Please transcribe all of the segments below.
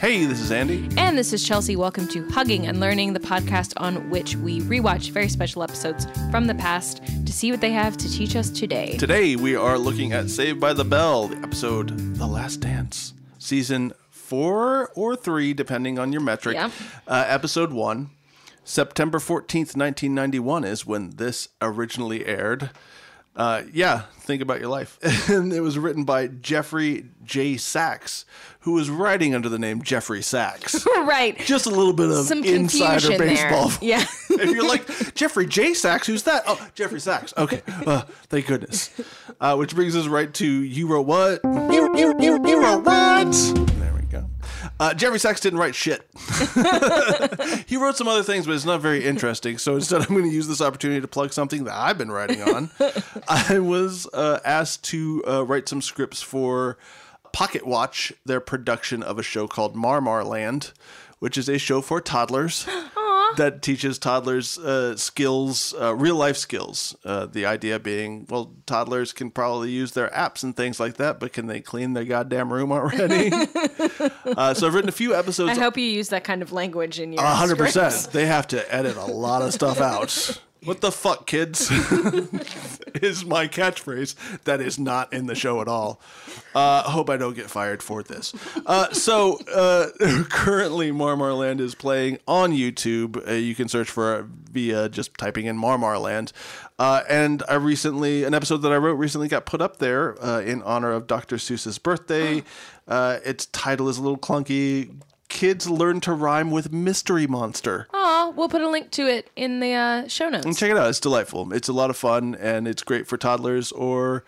Hey, this is Andy. And this is Chelsea. Welcome to Hugging and Learning, the podcast on which we rewatch very special episodes from the past to see what they have to teach us today. Today we are looking at Saved by the Bell, the episode The Last Dance, season four or three, depending on your metric. Yeah. Uh, episode one, September 14th, 1991 is when this originally aired. Uh, yeah, think about your life. and it was written by Jeffrey J. Sachs, who was writing under the name Jeffrey Sachs. right. Just a little bit of Some insider confusion baseball. there. Yeah. if you're like Jeffrey J. Sachs, who's that? Oh, Jeffrey Sachs. Okay, uh, thank goodness. Uh, which brings us right to you wrote what? You, you, you, you wrote what? There we go. Uh, Jeffrey Sachs didn't write shit. he wrote some other things, but it's not very interesting. So instead, I'm going to use this opportunity to plug something that I've been writing on. I was uh, asked to uh, write some scripts for Pocket Watch, their production of a show called Marmar Land, which is a show for toddlers that teaches toddlers uh, skills, uh, real life skills. Uh, the idea being, well, toddlers can probably use their apps and things like that, but can they clean their goddamn room already? uh, so I've written a few episodes I hope you use that kind of language in your a hundred script. percent. They have to edit a lot of stuff out. What the fuck, kids? is my catchphrase that is not in the show at all. Uh, hope I don't get fired for this. Uh, so uh, currently, Marmarland is playing on YouTube. Uh, you can search for it via just typing in Marmarland. Uh, and I recently, an episode that I wrote recently got put up there uh, in honor of Dr. Seuss's birthday. Uh, its title is a little clunky. Kids learn to rhyme with mystery monster. Aw, we'll put a link to it in the uh, show notes. Check it out. It's delightful. It's a lot of fun and it's great for toddlers or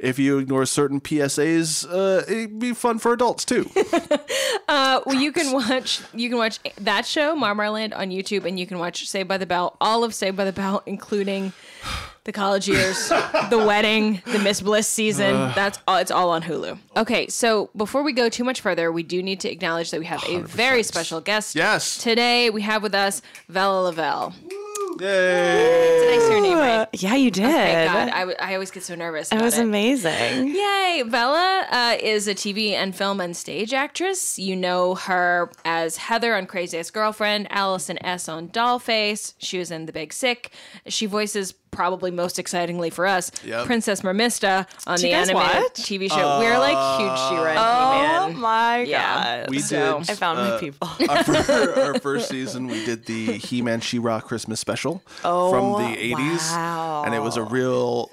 if you ignore certain PSAs, uh, it'd be fun for adults too. Uh, well, you can watch you can watch that show Marmarland on YouTube, and you can watch Saved by the Bell, all of Saved by the Bell, including the college years, the wedding, the Miss Bliss season. That's all. It's all on Hulu. Okay, so before we go too much further, we do need to acknowledge that we have a very special guest. Yes. Today we have with us Vella Lavelle. Yay! Did I say her name right? Yeah, you did. Thank God. I, w- I always get so nervous. that about was it. amazing. Yay! Bella uh, is a TV and film and stage actress. You know her as Heather on Craziest Girlfriend, Allison S. on Dollface. She was in The Big Sick. She voices, probably most excitingly for us, Yep. Princess Mermista on Do the you guys animated watch? TV show. We're like huge Uh, She-Ra Oh man. my Yeah. god. We So, did. I found uh, my people. our, fir- our first season, we did the He-Man She-Ra Christmas special from the '80s, Oh, wow. and it was a real,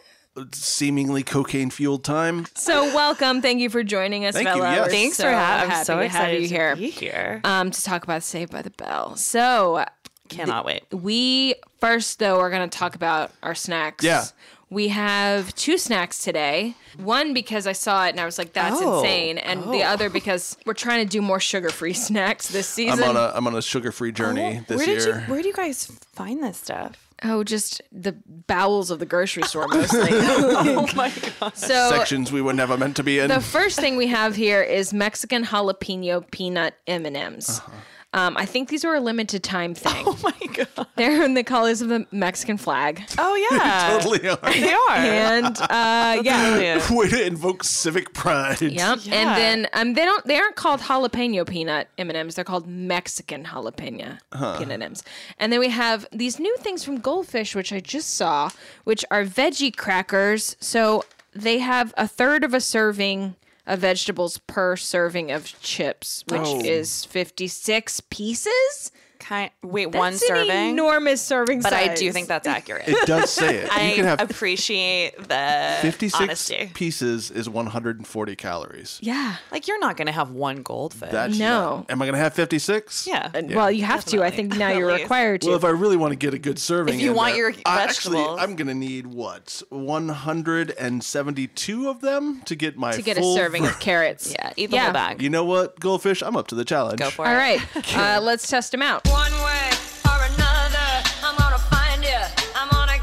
seemingly cocaine-fueled time. So welcome. Thank you for joining us, Thank you, Bella. yes. We're Thanks so for having. happy I'm so to excited have you here. to be here. Um, to talk about Saved by the Bell. So Cannot wait. We first, though, are going to talk about our snacks. Yeah. We have two snacks today. One because I saw it and I was like, that's Oh. insane. And the other because we're trying to do more sugar free snacks this I'm season. on a I'm on a sugar-free journey this Oh, where year. did you where do you guys find this stuff? oh, just the bowels of the grocery store mostly. oh my god. so, Sections we were never meant to be in. the first thing we have here is Mexican jalapeno peanut M&Ms. Uh-huh. Um, I think these were a limited time thing. Oh my god. They're in the colors of the Mexican flag. Oh yeah. totally are. They are. And uh, yeah, Brilliant. Way to invoke civic pride. Yep. Yeah. And then um, they don't they aren't called jalapeno peanut M and M's. They're called Mexican jalapeno peanut M's. And then we have these new things from Goldfish, which I just saw, which are veggie crackers. So they have a third of a serving of vegetables per serving of chips, which Oh. is fifty six pieces. Kind wait, That's one an serving. enormous serving but size. I do think that's accurate. It does say it. I you can have appreciate the 56 Uh, honesty. pieces is 140 calories. yeah. Like you're not gonna have one goldfish. That's No. not- Am I going to have 56? yeah. And- Well, you have to. I Definitely. think now you're At least. required to. Well, if I really want to get a good serving, If you in want there- your I- actually, vegetables. I'm going to need what 172 of them to get my to get a full serving ver- of carrots. yeah, eat the whole bag. You know what, goldfish? I'm up to the challenge. Go for All it. right. Uh, let's test them out. One way or another, I'm gonna find you. I'm gonna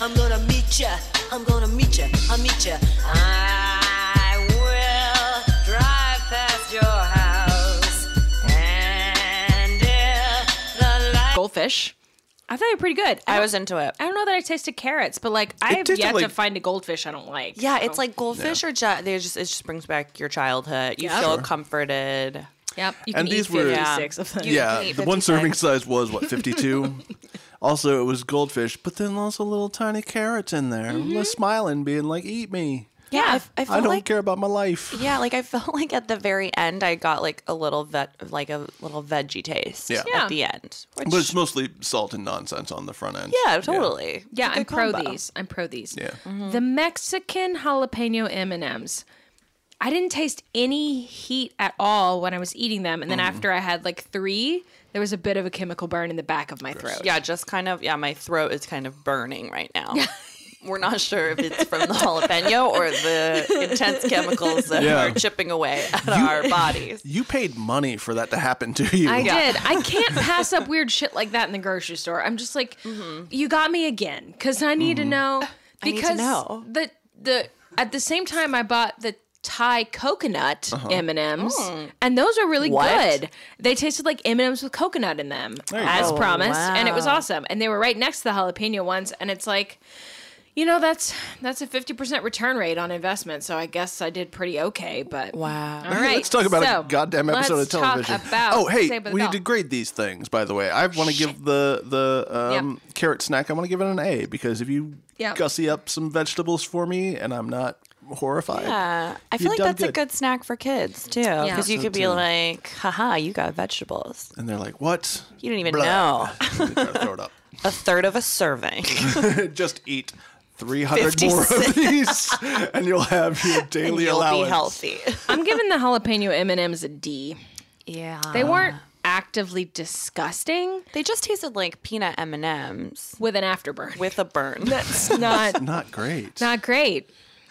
I'm gonna meet ya. I'm gonna meet ya. I'll meet ya. I will drive past your house and if the light. Goldfish. I thought they were pretty good. I don't- was into it. I don't know that I tasted carrots, but like I have tasted yet to like- find a goldfish I don't like. Yeah, so- it's like goldfish or ju- they just it just brings back your childhood. You Yeah. feel Sure. comforted. yep. You can And eat these were- 56 of them. Yeah. You can yeah, eat the one 56. serving size was what fifty two. also, it was goldfish, but then also little tiny carrots in there, just smiling, being like, "Eat me." Yeah, I, f- I felt I don't Mm-hmm. like care about my life. yeah, like I felt like at the very end I got like a little vet like a little veggie taste Yeah. at Yeah. the end. Which, But it's mostly salt and nonsense on the front end. yeah, totally. It's Yeah, a I'm good pro combo. these. I'm pro these. Yeah. The Mexican jalapeno M&Ms. I didn't taste any heat at all when I was eating them, and then after I had like 3, there was a bit of a chemical burn in the back of my throat. Yeah, just kind of yeah, my throat is kind of burning right now. We're not sure if it's from the jalapeno or the intense chemicals that Yeah. are chipping away at our bodies. You paid money for that to happen to you. I did. I can't pass up weird shit like that in the grocery store. I'm just like, you got me again because I Mm-hmm. need to know Mm-hmm. need to because know. the the at the same time I bought the Thai coconut Uh-huh. M and M's Mm. and those are really What? good. They tasted like M and M's with coconut in them you as go. promised, and it was wow. awesome. And they were right next to the jalapeno ones, and it's like. You know that's that's a fifty percent return rate on investment, so I guess I did pretty okay. But Wow. all right, Let's talk about so a goddamn episode let's of talk television. about oh, hey, Saved by the we Bell. need to grade these things, by the way. I want to give the the um, carrot snack. I want to give it an A because if you Yep. gussy up some vegetables for me and I'm not horrified, Yeah, Uh, I You've feel like done that's a good. good snack for kids too, because you So could be too. like, "Haha, you got vegetables. and they're like, "What? You didn't even Blah." know They try to throw it up. a third of a serving." Just eat." 300 more 56. of these and you'll have your daily You'll allowance. be healthy. I'm giving the jalapeno M and M's a D. Yeah, Ah. They weren't actively disgusting They just tasted like peanut M and M's with an afterburn. with a burn. That's not Not great. not great.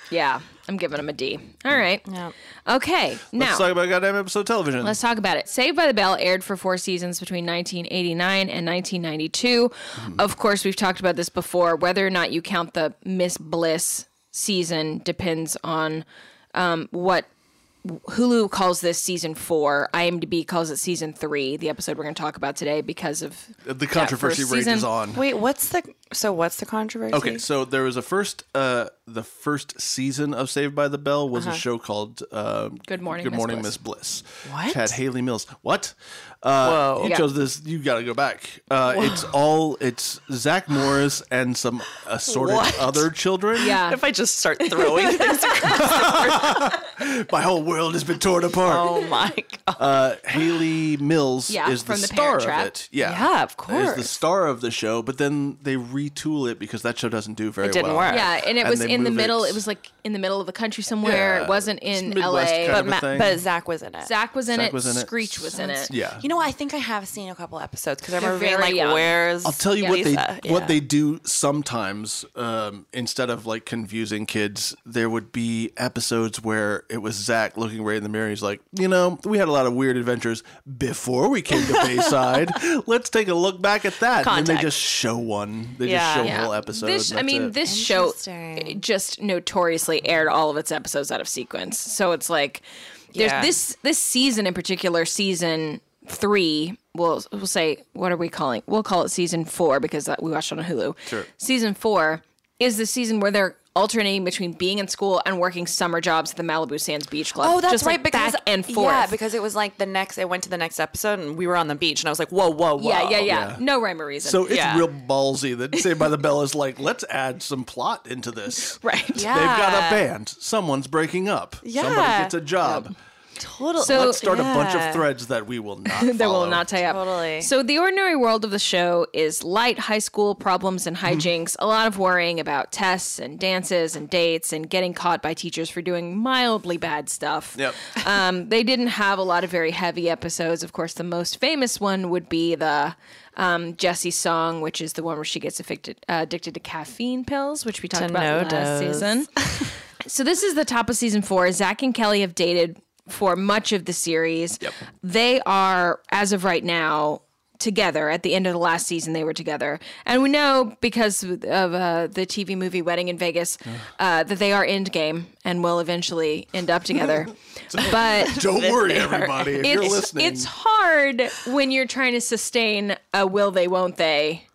Yeah, I'm giving them a D. All right. Yeah. Okay. Now Let's talk about goddamn episode of television. Let's talk about it. Saved by the Bell aired for four seasons between 1989 and 1992. Mm-hmm. Of course, we've talked about this before. Whether or not you count the Miss Bliss season depends on um, what Hulu calls this season four. IMDb calls it season three, the episode we're going to talk about today, because of the controversy first rages season- on. Wait, what's the so? What's the controversy? Okay, so there was a first, uh, the first season of Saved by the Bell was a show called uh, Uh-huh. Good Morning, Good Miss Morning, Bliss. Miss Bliss. What? Which had Haley Mills. What? Uh, Whoa! You Yeah. chose this. You got to go back. Uh, it's all. It's Zach Morris and some assorted What? other children. Yeah. If I just start throwing things, My whole world has been torn apart. oh my god! Uh, Haley Mills Yeah, is the from The star Parent of Trap. it. Yeah. Yeah, of Is the course. star of the show, but then they retool it because that show doesn't do very didn't well. work. yeah, and it And was they in the move middle. it- It. was like in the middle of the country somewhere. Yeah, it wasn't it's in Midwest L.A. kind But of a Ma- thing. but Zach was in it. Zach was in Zach it. was in it. Screech was in it. Yeah. You know, I think I have seen a couple episodes because I They're remember being very like, young. "Where's?" I'll tell you Lisa?" what they what Yeah. they do sometimes. Um, instead of like confusing kids, there would be episodes where it was Zach looking right in the mirror. He's like, you know, we had a lot of weird adventures before we came to Bayside. Let's take a look back at that. And then they just Context. show one. They Yeah. just show a Yeah. whole episode. This, and I that's mean, it. this show Interesting. just notoriously aired all of its episodes out of sequence. So it's like there's Yeah. this this season in particular, season three. We'll we'll say what are we calling? We'll call it season four because that, we watched it on Hulu. Sure. Season four is the season where they're alternating between being in school and working summer jobs at the Malibu Sands Beach Club. Oh, that's Just, right. Like because back and forth. Yeah, because it was like the next. It went to the next episode, and we were on the beach, and I was like, "Whoa, whoa, whoa!" yeah, yeah, yeah, No rhyme or reason. So it's Yeah. real ballsy that Saved by the Bell is like, let's add some plot into this. right. Yeah. They've got a band. Someone's breaking up. Somebody Yeah. gets a job. Totally. So- Let's start a bunch Yeah. of threads that we will not. that will follow. not tie up. Totally. So the ordinary world of the show is light high school problems and hijinks, a lot of worrying about tests and dances and dates and getting caught by teachers for doing mildly bad stuff. Yep. Um, they didn't have a lot of very heavy episodes. Of course, the most famous one would be the um, Jessie song, which is the one where she gets addicted, uh, addicted to caffeine pills, which we talked To about no last dose. season. So this is the top of season four. Zach and Kelly have dated for much of the series. They are, as of right now, together at the end of the last season. They were together, and we know because of uh, the TV movie Wedding in Vegas uh, that they are end game and will eventually end up together. but Don't worry, everybody. If you're it's listening, it's hard when you're trying to sustain a will they won't they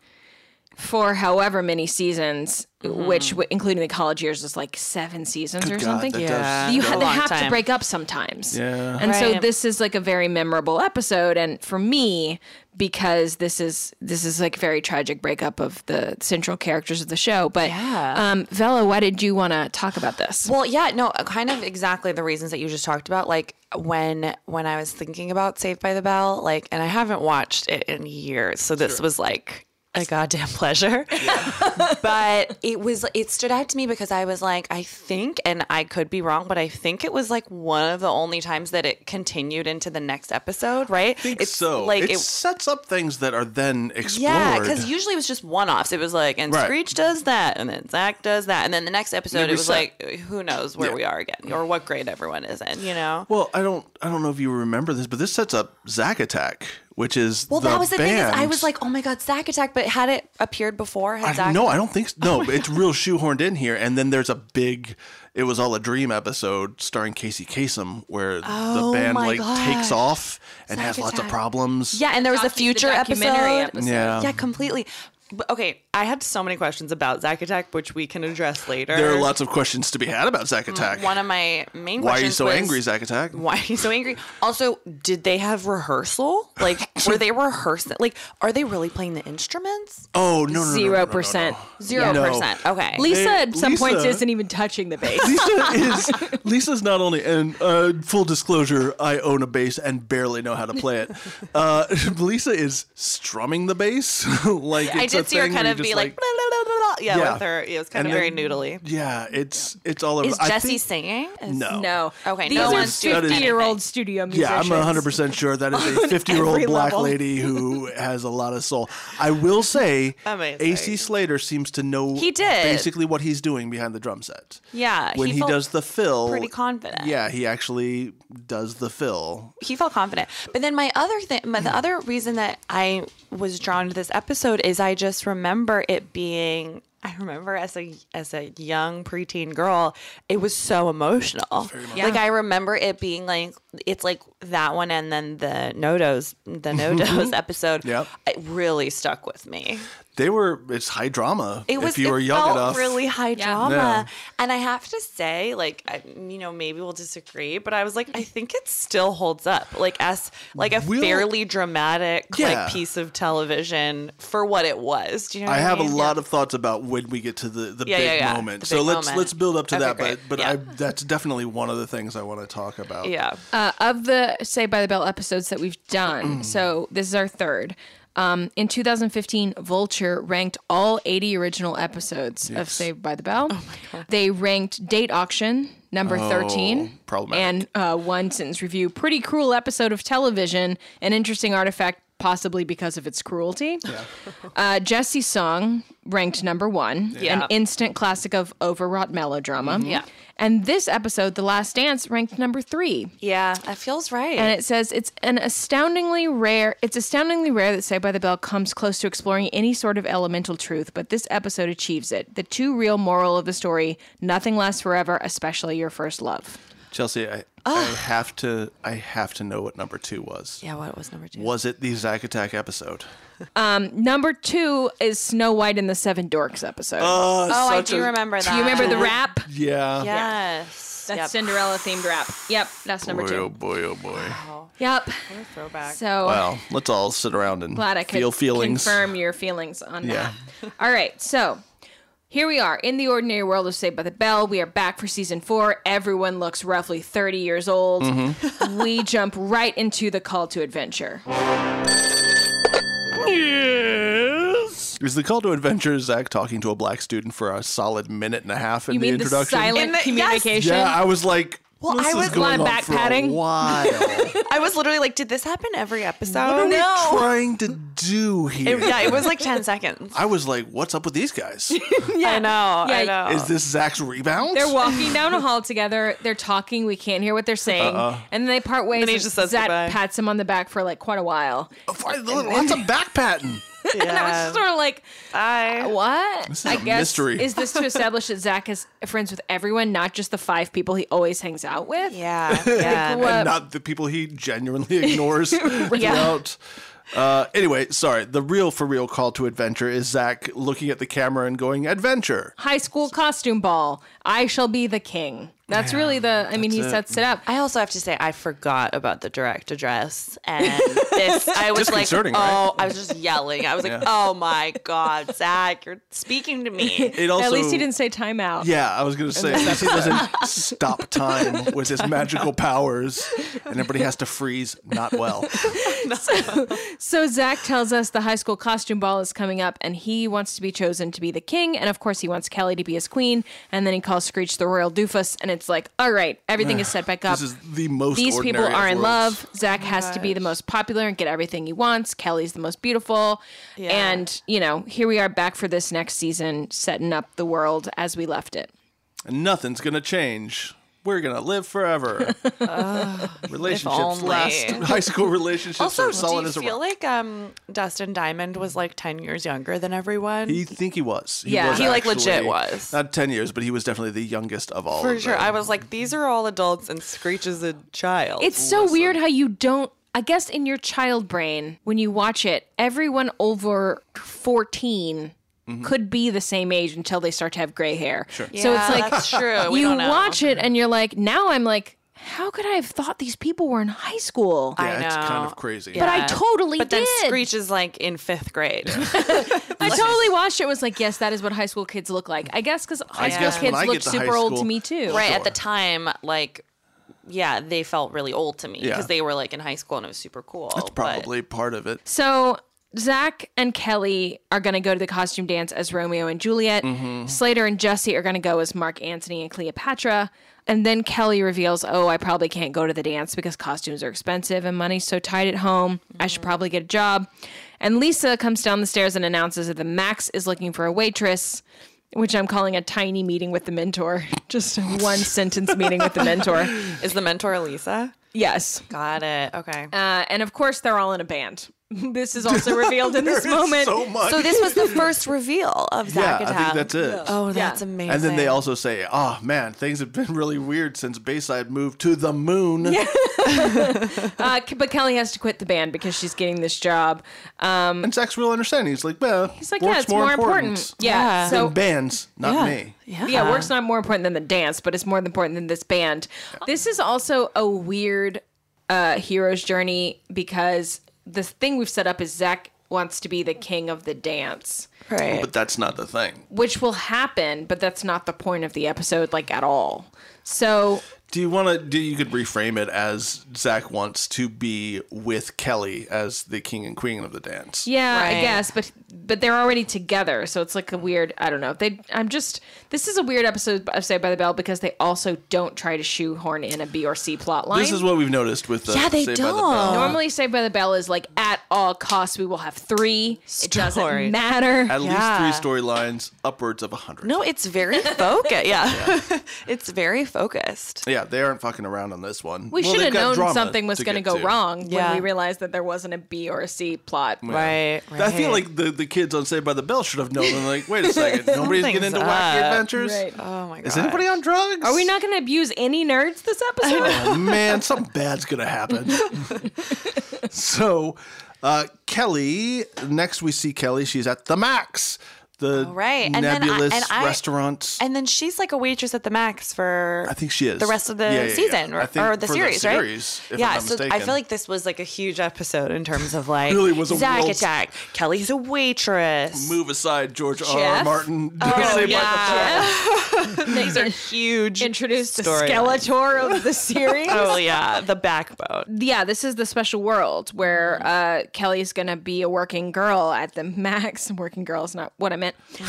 for however many seasons, Mm-hmm. which w- including the college years is like seven seasons or God, something. that Yeah. does- You That's ha- a they long have to time. break up sometimes. Yeah. And so Right. this is like a very memorable episode and for me because this is this is like very tragic breakup of the central characters of the show. But Yeah. um Vela, why did you want to talk about this? Well, yeah, no, uh, kind of exactly the reasons that you just talked about. Like when when I was thinking about Saved by the Bell, like, and I haven't watched it in years, so this was like a goddamn pleasure. but it was it stood out to me because I was like, I think, and I could be wrong, but I think it was like one of the only times that it continued into the next episode, right? I think so. like it, it. sets up things that are then explored. yeah, because usually it was just one offs. It was like, and Right. Screech does that, and then Zach does that, and then the next episode, They it was reset. like, uh, who knows where Yeah. we are again, or what grade everyone is in, you know? Well, I don't, I don't know if you remember this, but this sets up Zack Attack, which is Well, the that was the thing. Is I band- was like, oh my god, Zack Attack, but had it appeared before? Had I, Zack no, I don't think so. no. it's real shoehorned in here, and then there's a big. It was all a dream episode starring Casey Kasem, where Oh the band my like takes gosh. off and Zack has lots of Attack. problems. Yeah, and there was a Docu- the future episode. documentary episode. Yeah. Yeah, completely. But, okay, I had so many questions about Zack Attack, which we can address later. There are lots of questions to be had about Zack Attack. Mm, One of my main Why are you questions so was, angry, Zack Attack? Why are you so angry? Also, did they have rehearsal? Like, were they rehearsing? Like, are they really playing the instruments? Oh no, no, no, no, no, Zero no, no. percent. Zero No. percent. Okay. Lisa Hey, at some points Lisa. isn't even touching the bass. Lisa is Lisa's not only and uh, full disclosure, I own a bass and barely know how to play it. Uh, Lisa is strumming the bass like I it's did a see her thing kind where of you be just, like, blah, blah, blah, blah, blah. Yeah, Yeah. with her. It was kind And of very then- noodly. yeah, it's it's all over. Is I Jesse think- singing? Is- No. No. Okay, These no are one's doing anything. 50 year old studio musicians. Yeah, I'm 100% sure that is a 50 year old every black level. lady who has a lot of soul. I will say, Amazing. AC Slater seems to know He did. basically what he's doing behind the drum set. Yeah, When Uh, he he, felt does the fill. pretty confident. Yeah, he actually does the fill. he felt confident. But then my other thing, my, the other reason that I was drawn to this episode is I just remember it being. I remember as a as a young preteen girl, it was so emotional. Like I remember it being like it's like that one, and then the Nodos, the Nodos episode. Yep. it really stuck with me. They were, it's high drama. It was if you it were young felt enough. really high Yeah. drama, Yeah. and I have to say, like, I, you know, maybe we'll disagree, but I was like, I think it still holds up, like as like a Will- fairly dramatic Yeah. like piece of television for what it was. Do you know? I what have a mean? lot of thoughts about when we get to the, the Yeah, big yeah, yeah. moment. The so big let's moment. let's build up to Okay, that, great. but but Yeah. I, that's definitely one of the things I want to talk about. Yeah. Uh, of the Say by the Bell episodes that we've done, so this is our third. Um, in 2015, Vulture ranked all 80 original episodes of Saved by the Bell. Oh my God. They ranked Date Auction number 13 problematic. and uh, One Sentence Review, pretty cruel episode of television, an interesting artifact possibly because of its cruelty. uh, Jesse's Song ranked number one, Yeah. an instant classic of overwrought melodrama. Yeah. And this episode, The Last Dance, ranked number three Yeah, that feels right. and it says it's an astoundingly rare it's astoundingly rare that saved by the bell comes close to exploring any sort of elemental truth but this episode achieves it the too real moral of the story nothing lasts forever especially your first love Chelsea, I, I have to I have to know what number two was. yeah, what was number two? Was it the Zack Attack episode? number two is snow white and the seven dorks episode oh, I do remember that. do you remember the rap Uh, Yeah. Yes. that's Yep. cinderella themed rap yep that's number Boy, oh two boy, oh boy. yep Throwback. so Well, let's all sit around and glad I could feel feelings. confirm your feelings on Yeah. that. All right, so here we are in the ordinary world of Saved by the Bell. We are back for season four. Everyone looks roughly thirty years old. Mm-hmm. we jump right into the call to adventure. It was the call to adventure Zach talking to a black student for a solid minute and a half in You the mean the introduction. silent In the- yes. communication? yeah, I was like, Well, This I is was going Lot of on for a backpatting. Oh, while. I was literally like, did this happen every episode? What are no. we trying to do here? It- yeah, it was like 10 seconds. I was like, what's up with these guys? Yeah. I know. I Yeah, know. Is this Zach's rebound? They're walking down a hall together. They're talking. We can't hear what they're saying. Uh-uh. And then they part ways. he just says Zach goodbye. pats him on the back for like quite a while. Lots of back patting. And I was just sort of like, I- what? This is I a mystery. Is this to establish that Zach is friends with everyone, not just the five people he always hangs out with? yeah, yeah. What- Not the people he genuinely ignores Yeah. throughout. Uh, anyway, sorry. The real for real call to adventure is Zach looking at the camera and going, adventure. High school costume ball. I shall be the king. That's really the. I mean, he that's it. sets it up. I also have to say I forgot about the direct address, and this I was like, oh, Disconcerting, right? I was just yelling. I was like, oh my god, Zach, you're speaking to me. It also, At least he didn't say timeout. Yeah, I was going to say, at least he doesn't stop time with his magical powers and everybody has to freeze. Not well. So Zach tells us the high school costume ball is coming up, and he wants to be chosen to be the king, and of course he wants Kelly to be his queen. And then he calls Screech the royal doofus, and it's like, all right, everything is set back up. This is the most These people ordinary of are in worlds. love. Zach has to be the most popular and get everything he wants. Kelly's the most beautiful, Yeah. and you know, here we are back for this next season, setting up the world as we left it. and nothing's gonna change. We're gonna live forever. relationships only. last. High school relationships Also, are solid do you as a rock. feel like um, Dustin Diamond was like ten years younger than everyone? you think he was? He Yeah. was He, like, actually- legit was. not ten years, but he was definitely the youngest of all. For of sure. them. I was like, these are all adults, and Screech is a child. It's so weird how you don't. I guess in your child brain, when you watch it, everyone over 14 Mm-hmm. could be the same age until they start to have gray hair. Sure. So it's like that's true. We you don't know. watch it and you're like, now I'm like, how could I have thought these people were in high school? Yeah, I it's know. kind of crazy. but I yeah. totally but did. then Screech is like in fifth grade. I totally watched it. and Was like, yes, that is what high school kids look like. I guess because high school guess when I kids get look to high super old to school- me too. right Sure. at the time, like. Yeah, they felt really old to me Yeah. because they were like in high school and it was super cool. That's Probably part of it. So Zach and Kelly are going to go to the costume dance as Romeo and Juliet. Mm-hmm. Slater and Jesse are going to go as Mark Antony and Cleopatra. And then Kelly reveals, "Oh, I probably can't go to the dance because costumes are expensive and money's so tight at home. I Mm-hmm. should probably get a job." And Lisa comes down the stairs and announces that the Max is looking for a waitress, which I'm calling a tiny meeting with the mentor. Just a one sentence meeting with the mentor. Is the mentor Lisa? Um, Yes. Got it. Okay. Uh, and of course, they're all in a band. This is also revealed in this There is moment. so much. so this was the first reveal of yeah, Zack I think that's it. Oh, that's Yeah. amazing. And then they also say, "Oh man, things have been really weird since Bayside moved to the moon." Uh, K- but Kelly has to quit the band because she's getting this job. Um, And Zach's real understanding. He's like, "Well, it's like, yeah, it's more, important. Yeah. Yeah. So, Bands, not me." Yeah. yeah, work's not more important than the dance, but it's more important than this band. This is also a weird uh, hero's journey because the thing we've set up is Zach wants to be the king of the dance, Right. But that's not the thing. which will happen, but that's not the point of the episode, like at all. So Do you want to? Do you could reframe it as Zach wants to be with Kelly as the king and queen of the dance? Yeah, I Right. guess, but but they're already together, so it's like a weird. I don't know. They, I'm just. This is a weird episode of Saved by the Bell because they also don't try to shoehorn in a B or C plot line. This is what we've noticed with the Yeah, they Saved by the Bell. don't. Normally, Saved by the Bell is like at all costs we will have three. It doesn't Stories. matter. At Yeah. least three storylines, upwards of a hundred. no, it's very focused. Yeah. it's very focused. Yeah, they aren't fucking around on this one. we Well, should they've have got known drama something was to going to get go wrong Yeah. when we realized that there wasn't a B or a C plot. Right. I feel like the, the kids on Saved by the Bell should have known. They're like, wait a second, nobody's getting into Something's wacky up. adventures. Right. Oh my god. Is anybody on drugs? Are we not going to abuse any nerds this episode? Oh, man, something bad's gonna happen. so, uh, Kelly. Next, we see Kelly. She's at the Max, the right. And then I- nebulous and I- restaurant. And then she's like a waitress at the Max for I think she is the rest of the Yeah, yeah, yeah. season I or, think or the for series, the right? series, If yeah, I'm not so I mistaken. feel like this was like a huge episode in terms of like Really was a Zack world's- attack. Kelly's a waitress. move aside George R. R. Jeff? Martin. Oh, These are Huge. introduced the storyline. Skeletor of the series. Oh yeah, the backbone. yeah, this is the special world where Mm. uh, Kelly's gonna be a working girl at the max. Working girl is not what I meant. the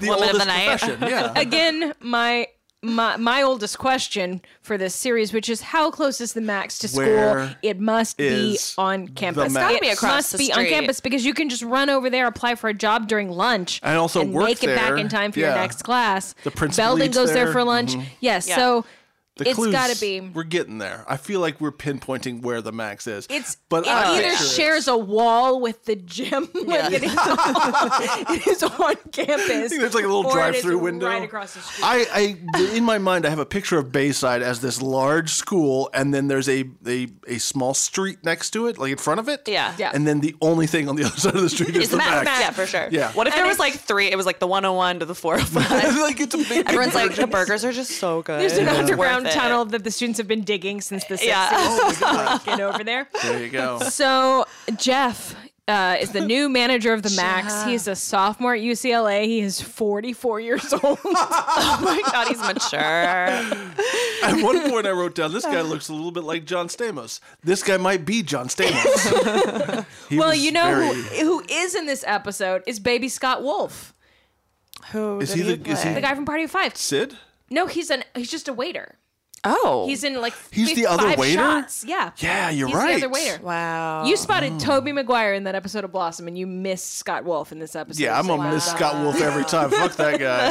Woman of oldest the night. profession. Yeah. Again, my my my oldest question for this series, which is how close is the max to school? Where it must be is on the campus. Max? It's gotta It be across must the be on street. campus because you can just run over there, apply for a job during lunch, And also work make it there. back in time for Yeah. your next class. The principal Belding eats goes there, there. Mm-hmm. for lunch. Yes, Yeah. so The it's clues, gotta be. We're getting there. I feel like we're pinpointing where the max is. It's but it I either picture it. shares a wall with the gym, like it, is on, it is on campus. I think there's like a little or it is drive-through window right across the street. I, I, in my mind, I have a picture of Bayside as this large school, and then there's a a, a small street next to it, like in front of it. Yeah. Yeah. And then the only thing on the other side of the street is, It's the max. Yeah, for sure. Yeah. What if there was it's- like three? It was like the 101 to the 405. like it's a big. Everyone's like, the burgers are just so good. There's an It's worth underground it." tunnel that the students have been digging since the 60s. Yeah. Oh my God. Get over there. There you go. So Jeff uh, is the new manager of the Max. He's a sophomore at UCLA. He is 44 years old. Oh my god, he's mature. At one point, I wrote down this guy looks a little bit like John Stamos. This guy might be John Stamos. He well, was you know very- who, who is in this episode is baby Scott Wolf, Who Is did he the- is play? he- the guy from Party of Five. Sid. No, he's an he's just a waiter. Oh, He's in like He's the fif- other five waiter? Shots. Yeah, Yeah, you're he's right. The other waiter. wow. You spotted Toby Maguire in that episode of Blossom, and you missed Scott Wolf in this episode. Yeah, I'm so gonna miss well done. Scott Wolf every time. Fuck that guy.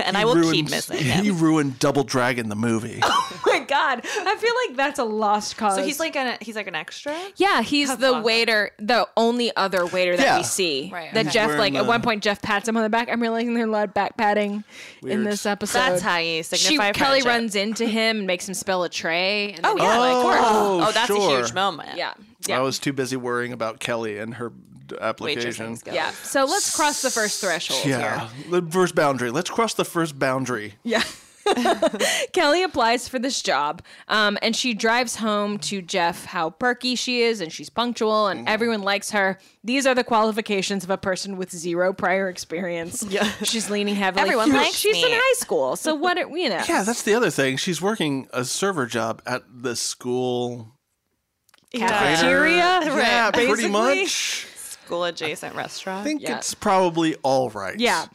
and I will Ruined- keep missing him. he ruined Double Dragon the movie. Oh my god, I feel like that's a lost cause. so he's like an he's like an extra. yeah, he's the awesome. waiter, the only other waiter that Yeah. we see. Right, That okay. Jeff, Wearing like at the- one point, Jeff pats him on the back. I'm realizing they're a lot of back patting in Weird. this episode. That's how you she signify Kelly friendship. runs into him and makes him spill a tray. And oh yeah. like, Oh, Oh, that's sure. a huge moment. yeah, I yeah, was too busy worrying about Kelly and her d- application. Waitressing skills. yeah. So let's cross the first threshold here. Yeah, the first boundary. Let's cross the first boundary. Yeah. Kelly applies for this job, um, and she drives home to Jeff how perky she is, and she's punctual, and everyone likes her. These are the qualifications of a person with zero prior experience. Yeah, she's leaning heavily. Everyone She's- likes She's me. in high school, so what? Are, you know, Yeah, that's the other thing. She's working a server job at the school. cafeteria, yeah, right, pretty basically. much. School adjacent restaurant. I think Yeah. it's probably all right. Yeah,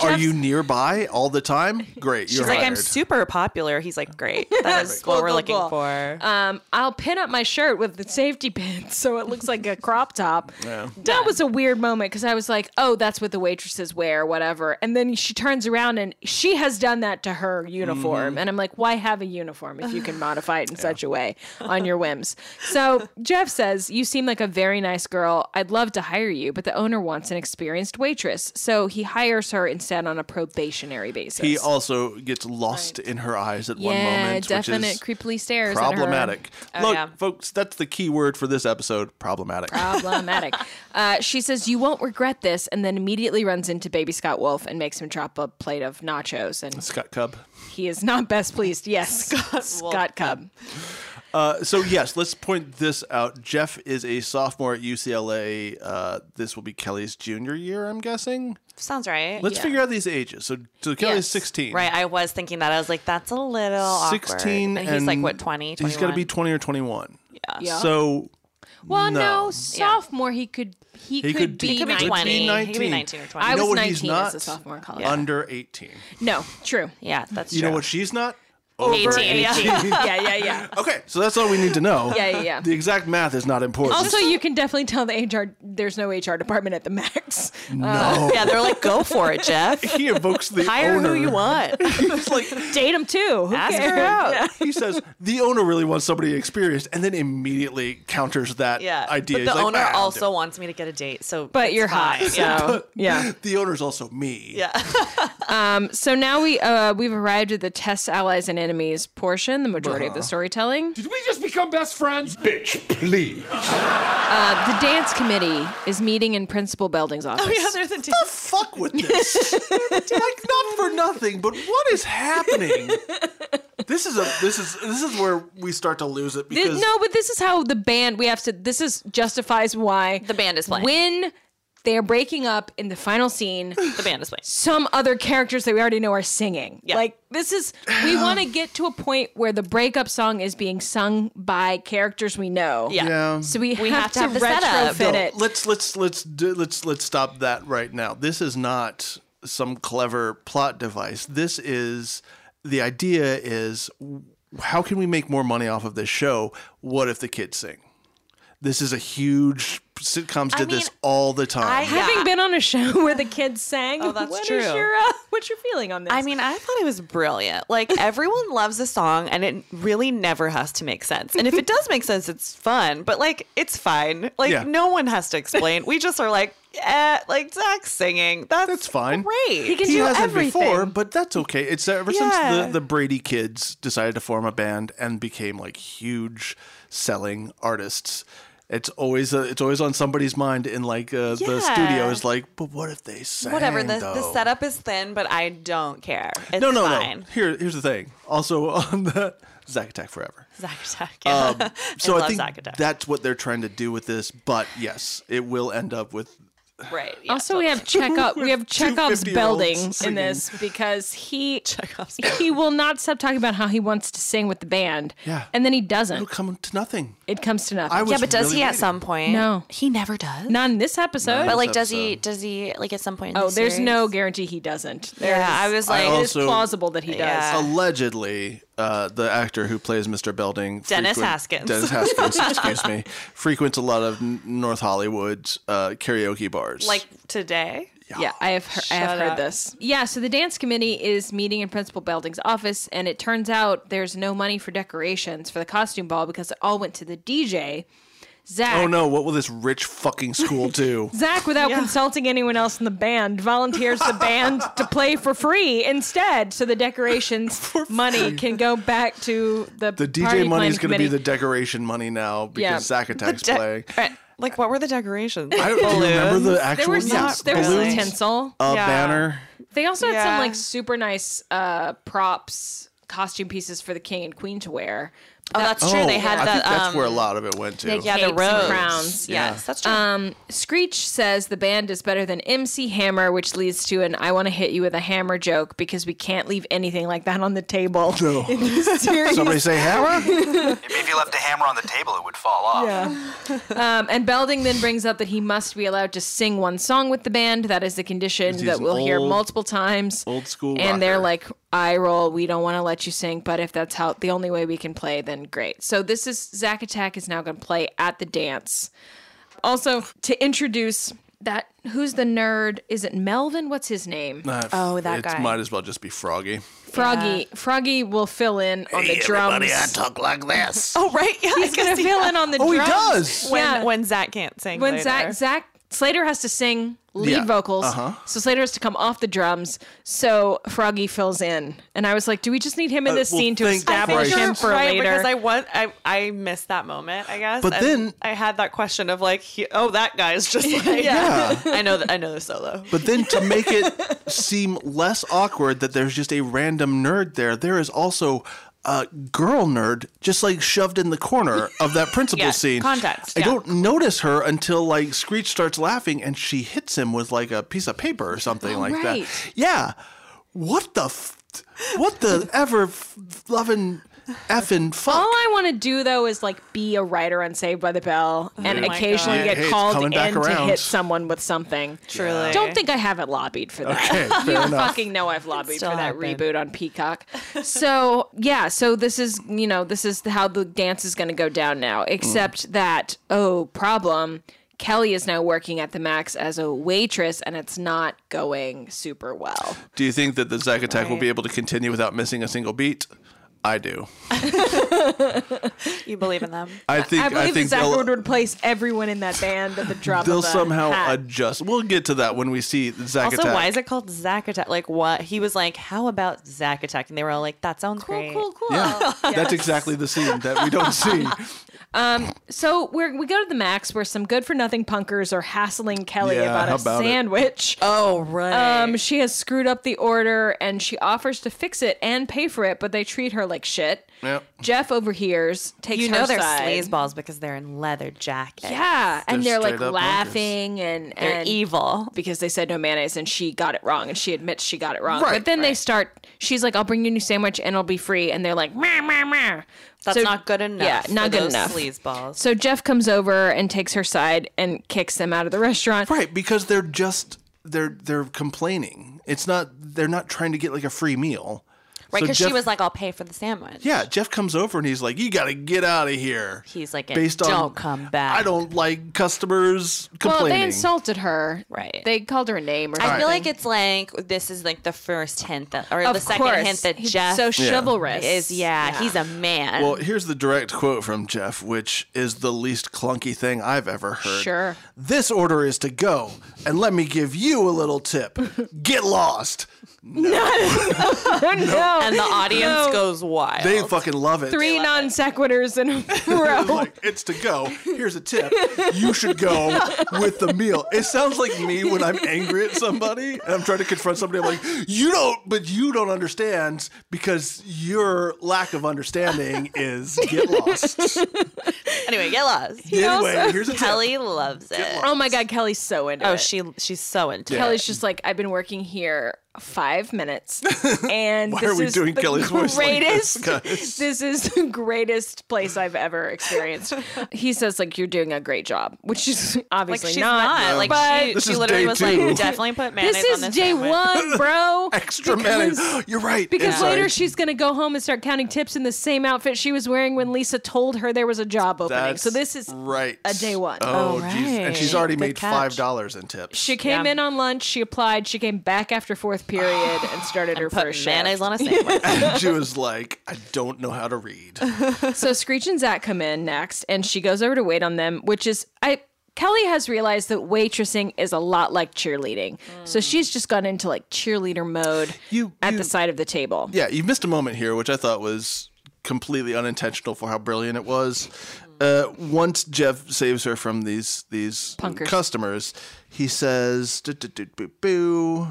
Are you nearby all the time? Great. You're She's like, I'm hired. super popular. He's like, great. That is what we're cool, looking cool. for. um, I'll pin up my shirt with the safety pin so it looks like a crop top. That was a weird moment because I was like, oh, that's what the waitresses wear, whatever. And then she turns around and she has done that to her Mm-hmm. uniform. And I'm like, why have a uniform if you can modify it in such a way on your whims? So Jeff says, You seem like a very nice girl. I'd love to hire you, but the owner wants an experienced waitress. So he hires her instead on a probationary basis. He also gets lost in her eyes at one yeah, moment, definite which is creepily stares. at her. problematic. Look, Oh, yeah. Ah. folks, that's the key word for this episode: problematic. problematic. uh, she says, You won't regret this, and then immediately runs into baby Scott Wolf and makes him drop a plate of nachos. And Scott Cub. he is not best pleased. Yes, Scott, Wolf. Cub. Uh, so yes, let's point this out. Jeff is a sophomore at UCLA. Uh, this will be Kelly's junior year, I'm guessing. Sounds right. Let's figure out these ages. So, so Kelly's Yes. 16. Right. I was thinking that. I was like, that's a little 16 awkward. And he's like, what, 20? He's got to be 20 or 21. Yeah. Yeah. So Well, no, No. sophomore, he could he, He could, could- be, he He could be 19. 20. He could be 19. 19 or 20. I you know was what he's 19 as not? a sophomore in college. Under 18. No, true. yeah, that's You true. know what she's not? Over 18, yeah. 18. yeah, yeah, yeah. okay, so that's all we need to know. Yeah, yeah, yeah. The exact math is not important. Also, you can definitely tell the HR there's no HR department at the max. no. Yeah, they're like, go for it, Jeff. He evokes the uh, Hire owner. who you want. He's like, Date him too. Who Ask her cares? out. he says the owner really wants somebody experienced, and then immediately counters that Yeah. idea. But He's the like, owner "Ah, I'll do also it." wants me to get a date. So But it's you're hot, fine. so yeah. the owner's also me. Yeah. So now we uh, we've arrived at the tests, allies, and enemies portion, the majority of the storytelling. Did we just become best friends? Uh-huh. Bitch, please. Uh, The dance committee is meeting in Principal Belding's office. yeah, there's a date. fuck with this. like not for nothing, but what is happening? This is a this is this is where we start to lose it Th- because no, but this is how the band we have to. This is justifies why The band is playing. when they are breaking up in the final scene. The band is playing. Some other characters that we already know are singing. Yeah. Like this is we want to get to a point where the breakup song is being sung by characters we know. Yeah. yeah. So we, We have, have to have to the setup. retrofit No, it. let's let's let's do, let's let's stop that right now. This is not some clever plot device. This is the idea is w- how can we make more money off of this show? What if the kids sing? This is a huge sitcoms did this mean, all the time. I- Having Yeah. been on a show where the kids sang, oh, that's true. your, uh, what's your feeling on this? I mean, I thought it was brilliant. Like everyone loves a song, and it really never has to make sense. And if it does make sense, it's fun. But like, it's fine. Like Yeah. no one has to explain. We just are like, eh, like Zach's singing. That's, That's fine. Great. He can he do hasn't everything. before, but that's okay. It's ever Yeah. since the, the Brady kids decided to form a band and became like huge selling artists. It's always uh it's always on somebody's mind in like uh, the Yeah. studio is like, but what if they sang? Whatever. The, the though?" setup is thin, but I don't care. It's No, no, fine. no. Here, here's the thing. Also on the Zack Attack Forever. Zach Attack. Yeah. Um, So I, love think Zack Attack. that's what they're trying to do with this. But yes, it will end up with right. Yeah, also, we have Chekhov. We have Two Chekhov's 50-year-olds building in singing. this because he Chekhov's he will not stop talking about how he wants to sing with the band. Yeah. and then he doesn't. it'll come to nothing. It comes to nothing. I was yeah, but does really he at waiting. some point? No. he never does. not in this episode. But this like, does he? episode. Does he? Like at some point? In oh, the there's series? no guarantee he doesn't. There's, Yeah, I was like, it also- is plausible that he does. Yeah. allegedly uh, the actor who plays Mr. Belding, Dennis Haskins. Dennis Haskins, excuse me, frequents a lot of N- North Hollywood uh, karaoke bars. like today. Yeah, I have heard, I Shut have heard up. this. Yeah, so the dance committee is meeting in Principal Belding's office, and it turns out there's no money for decorations for the costume ball because it all went to the DJ. Zach, oh no, what will this rich fucking school do? Zach, without consulting anyone else in the band, volunteers the band to play for free instead, so the decorations money can go back to the The DJ money is going to be the decoration money now because Yeah. Zack Attack's De- playing. Right. Like, what were the decorations? I don't, do you remember the there actual was some, Not there was some really. tinsel. uh, Yeah. banner? They also had some Yeah. like super nice uh, props, costume pieces for the king and queen to wear. Oh, that's true. they had I that. think that's um, where a lot of it went to. yeah, the Capes and rose. crowns, yeah. Yes, that's true. Screech says the band is better than MC Hammer, which leads to an I want to hit you with a hammer joke because we can't leave anything like that on the table. No. Somebody say hammer? If you left a hammer on the table, it would fall off. Um, and Belding then brings up that he must be allowed to sing one song with the band. That is the condition he's that an we'll hear old- multiple times. old school And they're rocker. like, eye roll, we don't want to let you sing, but if that's how the only way we can play, then great. So this is Zack Attack is now going to play at the dance. Also, to introduce that, who's the nerd? Is it Melvin? What's his name? Oh, that it guy. Uh, might as well just be Froggy. Froggy. Froggy will fill in on the drums. talk like this. oh, right. Yeah, He's gonna fill in on the Oh, he drums. does. when, yeah. when Zach can't sing. When later. Zach Zach Slater has to sing lead Yeah. uh-huh. vocals, so Slater has to come off the drums. So Froggy fills in, and I was like, "Do we just need him in Uh, this well, scene to thank establish Christ. him for right, later?" because I want I I missed that moment. I guess. But And then- I had that question of like, he, oh, that guy's just like, Yeah. I know that I know the solo. But then to make it seem less awkward that there's just a random nerd there, there is also a girl nerd just like shoved in the corner of that principal Yeah, scene. context, I yeah. don't notice her until like Screech starts laughing and she hits him with like a piece of paper or something like right. that. Yeah. What the f- what the ever f- loving effing fuck? Oh. all I want to do though is like be a writer on Saved by the Bell, and Oh my occasionally God. get Hey, it's called coming in back to around. hit someone with something. Truly. Don't think I haven't lobbied for that. Okay, fair you enough. fucking know I've lobbied for still that happened. reboot on Peacock. So yeah, so this is you know this is how the dance is going to go down now. Except Mm. that oh problem, Kelly is now working at the Max as a waitress, and it's not going super well. Do you think that the Zack attack will be able to continue without missing a single beat? I do. You believe in them? I think I believe that think Zach they'll- would replace everyone in that band at the drop. They'll of a somehow hat. adjust. We'll get to that when we see Zack Also, Attack. why is it called Zach Attack? Like, what? He was like, "How about Zach Attack?" And they were all like, "That sounds cool, great." cool, cool. yeah, that's exactly the scene that we don't see. So we're, we go to the Max where some good for nothing punkers are hassling Kelly Yeah, about how a about it? Uh, sandwich. Oh, right. Um, she has screwed up the order and she offers to fix it and pay for it, but they treat her like shit. Yep. Jeff overhears, takes you her know they're side. sleaze balls because they're in leather jackets. Yeah, and They're they're like straight up laughing and They're and evil. because they said no mayonnaise and she got it wrong and she admits she got it wrong. Right, but then they start. She's like, "I'll bring you a new sandwich and it'll be free," and they're like, "Meh meh meh." That's So- not good enough. Yeah, not for good those enough. Sleaze balls. So Jeff comes over and takes her side and kicks them out of the restaurant. Right, because they're just they're they're complaining. It's not they're not trying to get like a free meal. Right, So because she Jeff- was like, "I'll pay for the sandwich." yeah, Jeff comes over and he's like, "You got to get out of here." He's like, "Don't come back." I don't like customers Well, complaining. they insulted her. Right. They called her a name or I feel something. like it's like this is like the first hint that, or of the second course, hint that he's Jeff so chivalrous is. Yeah, he's a man. Well, here's the direct quote from Jeff, which is the least clunky thing I've ever heard. Sure. This order is to go, and let me give you a little tip. Get lost. no. and the audience No. goes wild. They fucking love it. three non sequiturs in a It's row. like, it's to go. Here's a tip. You should go with the meal. It sounds like me when I'm angry at somebody and I'm trying to confront somebody. I'm like, you don't, but you don't understand because your lack of understanding is get lost. anyway, get lost. anyway, also- here's a tip. Kelly loves it. oh my God, Kelly's so into it. Oh, she she's so into it. Kelly's just like, I've been working here five minutes, and Why this are we is doing the Kelly's voice like this, greatest. guys? this is the greatest place I've ever experienced. he says like, you're doing a great job, which is like obviously she's not. Like but she, This she is literally day was two. like, definitely put mayonnaise this on is this day sandwich. one, bro. Extra Because- mayonnaise. You're right. Because Inside. later she's going to go home and start counting tips in the same outfit she was wearing when Lisa told her there was a job opening. That's so this is right. a day one. Oh, geez. And right. she's already Good made catch. $5 in tips. She came Yeah. in on lunch. She applied. She came back after fourth period and started her Put first mayonnaise shift. on a sandwich. she was like, I don't know how to read. So Screech and Zach come in next, and she goes over to wait on them, which is I. Kelly has realized that waitressing is a lot like cheerleading, so Mm. she's just gone into like cheerleader mode You- at you- the side of the table. Yeah, you missed a moment here, which I thought was completely unintentional for how brilliant it was. Uh, once Jeff saves her from these these Punkers. customers, he says, "Du- du- du- boo- boo.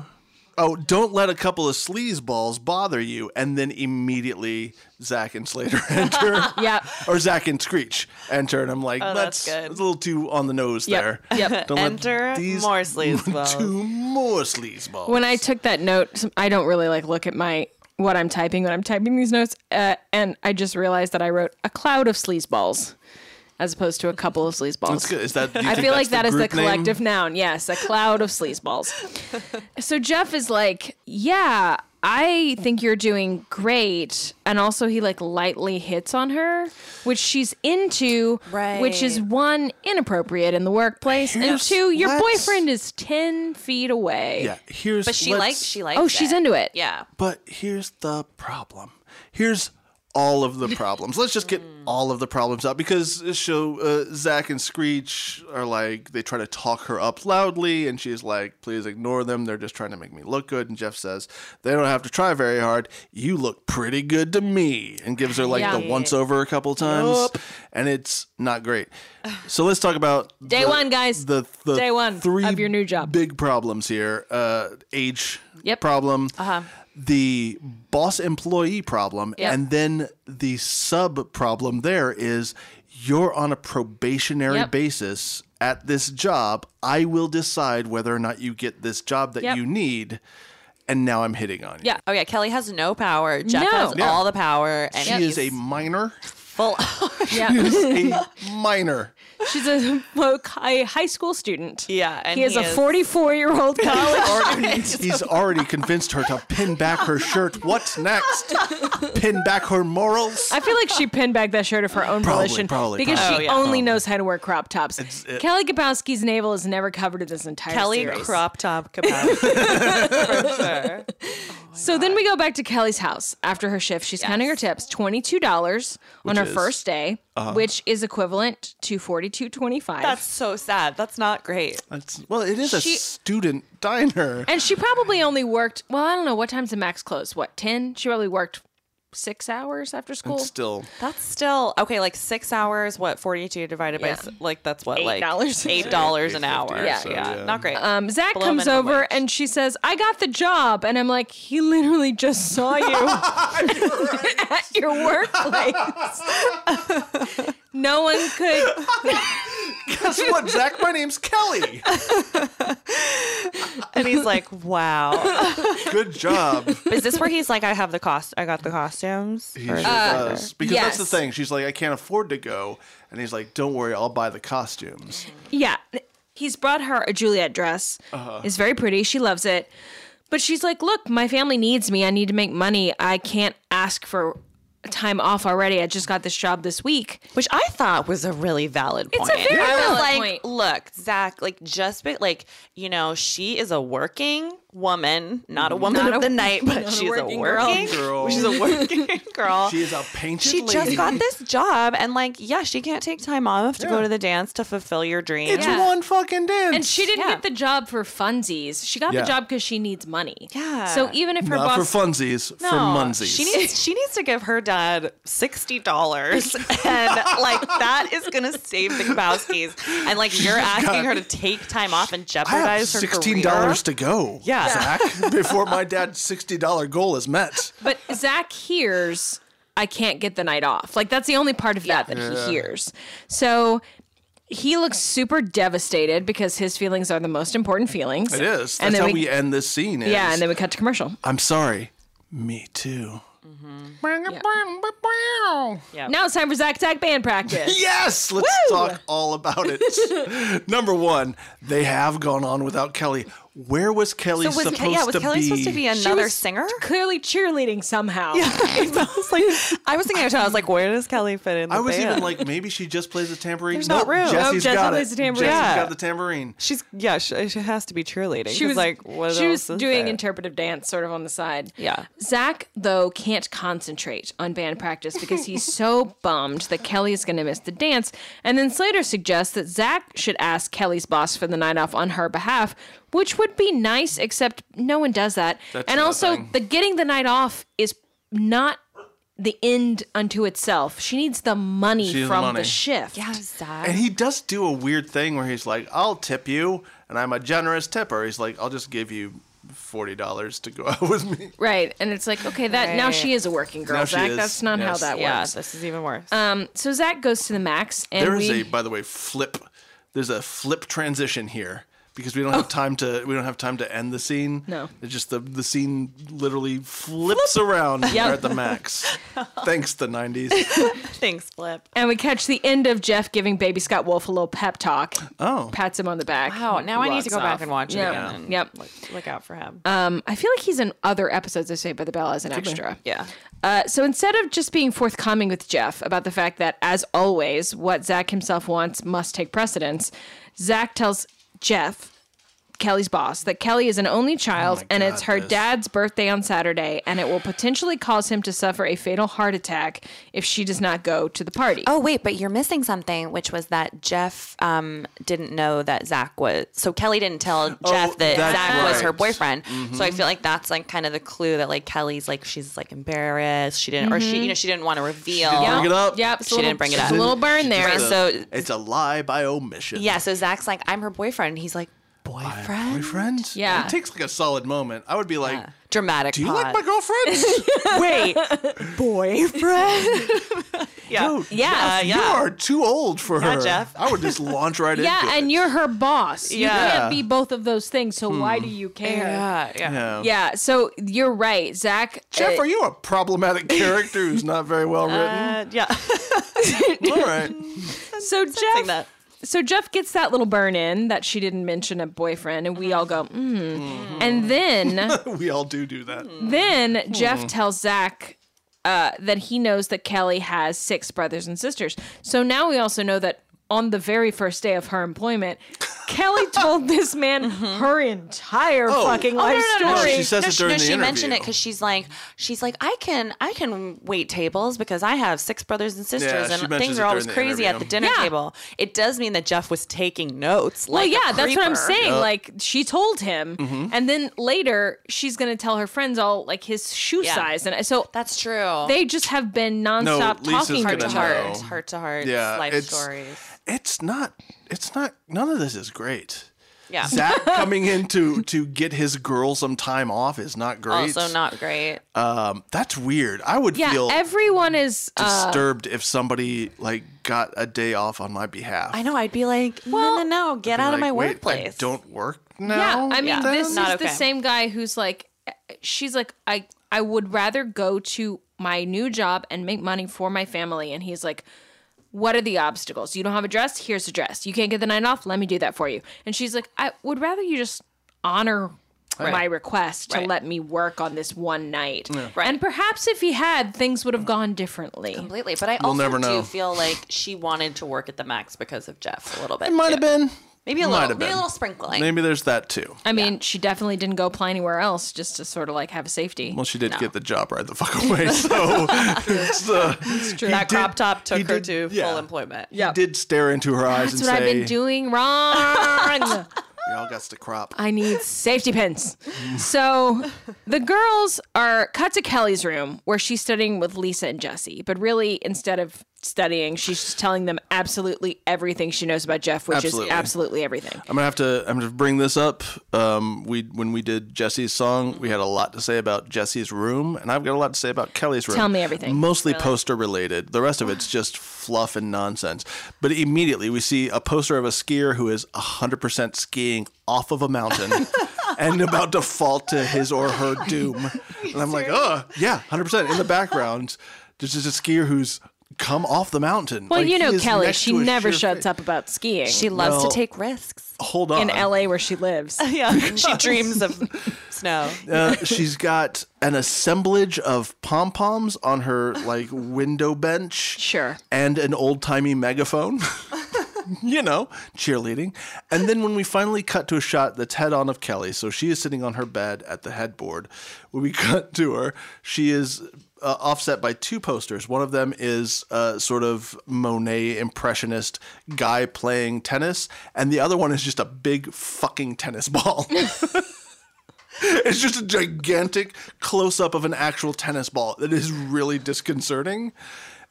"Oh, don't let a couple of sleaze balls bother you." And then immediately Zach and Slater enter. Yeah. or Zach and Screech enter, and I'm like, Oh, that's that's, good. a little too on the nose Yep, there. yep. Don't let Enter these more sleaze balls. Two more sleaze balls. When I took that note, some- I don't really like look at my what I'm typing when I'm typing these notes, uh, and I just realized that I wrote a cloud of sleazeballs as opposed to a couple of sleazeballs. That's good. Is that? do you I think feel that's like that is the group name? collective noun. Yes, a cloud of sleazeballs. so Jeff is like, yeah, I think you're doing great. And also he like lightly hits on her, which she's into, which is Right. one, inappropriate in the workplace, and Here's- two, your let's- boyfriend is 10 feet away. Yeah. Here's. But she let's- likes she likes. Oh, she's it. into it. Yeah. But here's the problem. Here's all of the problems. Let's just get Mm. all of the problems out because show uh, Zach and Screech are like they try to talk her up loudly, and she's like, "Please ignore them. They're just trying to make me look good." And Jeff says, "They don't have to try very hard. You look pretty good to me," and gives her like the Yeah. once over a couple times, and it's not great. So let's talk about Day one, guys. The, the Day one three of your new job. big problems here. Uh, age Yep. Uh-huh. problem, the boss employee problem, Yep. and then the sub problem there is you're on a probationary Yep. basis at this job. I will decide whether or not you get this job that Yep. you need. And now I'm hitting on you. Yeah. Oh yeah, Kelly has no power. Jeff No. has Yeah. all the power, and She he's is a minor. full. Yeah. a minor. She's a, a high school student. Yeah, and he is he a is- 44 year old college. Already- he's already convinced her to pin back her shirt. What's next? Pin back her morals. I feel like she pinned back that shirt of her own Probably, volition probably, because probably. she Oh, yeah. only knows how to wear crop tops. Kelly Kapowski's navel is never covered in this entire Kelly series. crop top capacity. so then we go back to Kelly's house after her shift. She's counting her tips, twenty two dollars on her is- uh-huh. first day, which is equivalent to forty two twenty five. That's so sad. That's not great. That's, well, it is She- a student diner. And she probably only worked. Well, I don't know what time's the max close. What ten? She probably worked six hours after school. Still, That's still okay. Like six hours. What forty two divided by Yeah. s like that's what like $8. eight dollars an hour. $8.50 or Yeah, Uh. so, yeah, yeah. not great. Um, Zach Below comes minimum over wage. and she says, "I got the job," and I'm like, "He literally just saw you at your workplace. no one could. guess what, Zach? My name's Kelly. and he's like, "Wow, Good job. is this where he's like, I have the cost, I got the costumes." He Or- sure does. Because that's the Uh, yes. thing. She's like, I can't afford to go. And he's like, Don't worry, I'll buy the costumes. Yeah, he's brought her a Juliet dress. Uh-huh. It's very pretty. She loves it. But she's like, "Look, my family needs me. I need to make money. I can't ask for time off already. I just got this job this week." which I thought was a really valid It's point. a very I was valid like, point. look, Zach, like just be, like you know, she is a working woman, not a woman Not of a- the night, but not a she's a working working girl. Girl. She's a working girl. She is a painted she lady. just got this job, and like, yeah, she can't take time off to Yeah. go to the dance to fulfill your dream. It's Yeah. one fucking dance. And she didn't Yeah. get the job for funsies. She got Yeah. the job because she needs money. Yeah. So even if her Not boss for funsies, for munsies. She needs she needs to give her dad sixty dollars, and like that is gonna save the Kabowskis. And like you're asking got- her to take time off I and have jeopardize her sixteen career? dollars to go. Yeah. Zach, before my dad's sixty dollar goal is met. But Zach hears, I can't get the night off. Like, that's the only part of that that he hears. So he looks super devastated because his feelings are the most important feelings. It is. That's And then how we, we- end this scene. Is, Yeah, and then we cut to commercial. I'm sorry. Me too. Now it's time for Zach Tag band practice. Yes, let's talk all about it. Number one, they have gone on without Kelly. Where was Kelly So was supposed Ke- yeah, was to Kelly be? supposed to be She another was singer? Clearly cheerleading somehow. I was like, I was thinking of I was like, where does Kelly fit in? The I was band? even like, maybe she just plays the tambourine. There's nope, not room. Jesse's Nope, Jesse got plays it. the tambourine. Jesse's Yeah. got the tambourine. she's yeah, she, she has to be cheerleading. She 'cause, was like, what she was else is doing there? interpretive dance sort of on the side. Yeah. Zach though can't concentrate on band practice because he's so bummed that Kelly is going to miss the dance. And then Slater suggests that Zach should ask Kelly's boss for the night off on her behalf, which would be nice. Except no one does that. That's and also, nothing. the getting the night off is not the end unto itself. She needs the money needs the from money. the shift. Yeah, Zach. And he does do a weird thing where he's like, I'll tip you, and I'm a generous tipper. He's like, I'll just give you $40 to go out with me. Right. And it's like, okay, that now Right. she is a working girl, Now she Zach. is. That's not how Yes. that yeah, works. this is even worse. Um, So Zach goes to the max, and There is we a, by the way, flip. There's a flip transition here because we don't have time to we don't have time to end the scene. Oh. No. it's just the the scene literally flips around when Yep. we're at the max. Thanks the '90s. Thanks, Flip. and we catch the end of Jeff giving Baby Scott Wolf a little pep talk. Oh. pats him on the back. Oh, now I need Walks to go back off. and watch it Yeah. again. Uh, and Yep. Look, look out for him. Um, I feel like he's in other episodes of Saved by the Bell as an extra. yeah. Uh, so instead of just being forthcoming with Jeff about the fact that, as always, what Zach himself wants must take precedence, Zach tells Jeff, Kelly's boss, that Kelly is an only child Oh my and God, it's her this. dad's birthday on Saturday, and it will potentially cause him to suffer a fatal heart attack if she does not go to the party. Oh wait, but you're missing something, which was that Jeff um, didn't know that Zach was. So Kelly didn't tell Jeff that Oh, that's Zach was her right. Mm-hmm. boyfriend. So I feel like that's like kind of the clue that like Kelly's like she's like embarrassed. She didn't, or she you know she didn't want to reveal. didn't Yep. bring it up. Yep, it's a She little- didn't bring it it's up. A little burn there. Right, It's a- so- it's a lie by omission. Yeah. So Zach's like, I'm her boyfriend. And he's like, boyfriend. boyfriend. Yeah. it takes like a solid moment. I would be like, Dramatic. do you pause. like my girlfriend? Wait, boyfriend. yeah. Yeah. Uh, You yeah. are too old for Yeah, her. Jeff. I would just launch right Yeah, into it. and you're her boss. You Yeah. can't be both of those things, so why do you care? yeah. Yeah. Yeah. Yeah, so you're right, Zach. Jeff, uh, are you a problematic character who's not very well written? Uh, yeah. Mm-hmm. All right. so Saying Jeff, that. so Jeff gets that little burn in that she didn't mention a boyfriend, and we all go, mm. and then We all do do that. Hmm. then Jeff tells Zach uh, that he knows that Kelly has six brothers and sisters. So now we also know that on the very first day of her employment, Kelly told this man her entire fucking Mm-hmm. Oh, life no, no, no, story. She says it sh- during no, the she mentioned it interview. because she's like, she's like, I can, I can wait tables because I have six brothers and sisters, Yeah, she and mentions things it are always during the crazy at the interview. dinner Yeah. table. It does mean that Jeff was taking notes. Well, like a yeah, that's what I'm creeper. Mm-hmm. saying. Like she told him, and then later she's gonna tell her friends all like his shoe Yeah. size, and so That's true. they just have been nonstop Lisa's talking gonna to heart to know. her. heart, heart to heart, Yeah, life it's- stories. It's not. It's not. None of this is great. Yeah, Zach coming in to to get his girl some time off is not great. also not great. Um, that's weird. I would Yeah, feel everyone is. Uh, disturbed if somebody like got a day off on my behalf. I know. I'd be like, well, no, no, no, get out of Like, my wait, I workplace. don't work now. yeah, I mean, Yeah. this Not is the okay. same guy who's like, she's like, I I would rather go to my new job and make money for my family, and he's like, What are the obstacles? You don't have a dress? Here's a dress. You can't get the night off? Let me do that for you. And she's like, I would rather you just honor my request to Right. let me work on this one night. Right. And perhaps if he had, things would have gone differently. completely. But I also never know. do feel like she wanted to work at the max because of Jeff a little bit. It might have been. Maybe a Might little, have maybe been. a little sprinkling. Maybe there's that too. I mean, she definitely didn't go apply anywhere else just to sort of like have a safety. Well, she did get the job right the fuck away, so it's, uh, that did- crop top took he her did- to yeah. full employment. he did stare into her eyes and That's what say, I've been doing wrong. "Y'all got to crop." I need safety pins. So the girls are cut to Kelly's room where she's studying with Lisa and Jesse. But really, instead of studying, she's just telling them absolutely everything she knows about Jeff, which Absolutely. is absolutely everything. I'm gonna have to. I'm gonna bring this up. Um, we when we did Jesse's song, we had a lot to say about Jesse's room, and I've got a lot to say about Kelly's room. Tell me everything. Mostly poster related. The rest of it's just fluff and nonsense. But immediately we see a poster of a skier who is 100% skiing off of a mountain and about to fall to his or her doom. And I'm like, oh yeah, 100% in the background. This is a skier who's come off the mountain. Well, Like, you he know is Kelly, next she to a never sheer shuts fa- up about skiing She loves Well- to take risks. Hold on. in LA where she lives. Yeah, she dreams of snow. Uh, she's got an assemblage of pom poms on her like window bench. Sure. And an old timey megaphone. you know, cheerleading. And then when we finally cut to a shot that's head on of Kelly, so she is sitting on her bed at the headboard. When we cut to her, she is uh, offset by two posters. One of them is uh, sort of Monet impressionist guy playing tennis, and the other one is just a big fucking tennis ball. It's just a gigantic close up of an actual tennis ball that is really disconcerting.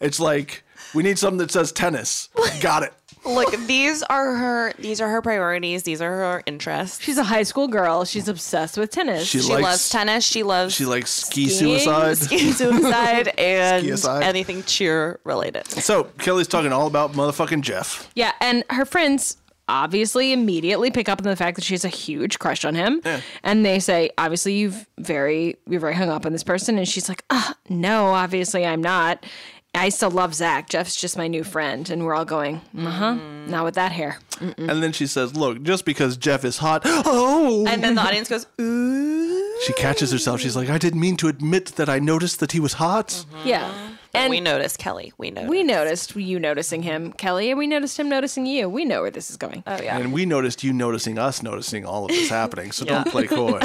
It's like we need something that says tennis. Got it. Look, these are her. These are her priorities. These are her interests. She's a high school girl. She's obsessed with tennis. She, She likes loves tennis. She loves She likes ski Skiing, suicide. ski suicide and Skiicide. anything cheer related. So Kelly's talking all about motherfucking Jeff. Yeah, and her friends obviously immediately pick up on the fact that she has a huge crush on him. And they say, obviously you've very you're very hung up on this person. And she's like, uh, no, obviously I'm not. I still love Zach. Jeff's just my new friend. And we're all going, uh-huh. Not with that hair. And then she says, Look, just because Jeff is hot, oh And then the audience goes, ooh. she catches herself. She's like, I didn't mean to admit that I noticed that he was hot. Yeah. And Mm-hmm. we we, notice Kelly. We notice. noticed you noticing him, Kelly, and we noticed him noticing you. We know where this is going. oh yeah. And we noticed you noticing us noticing all of this happening. So don't play coy.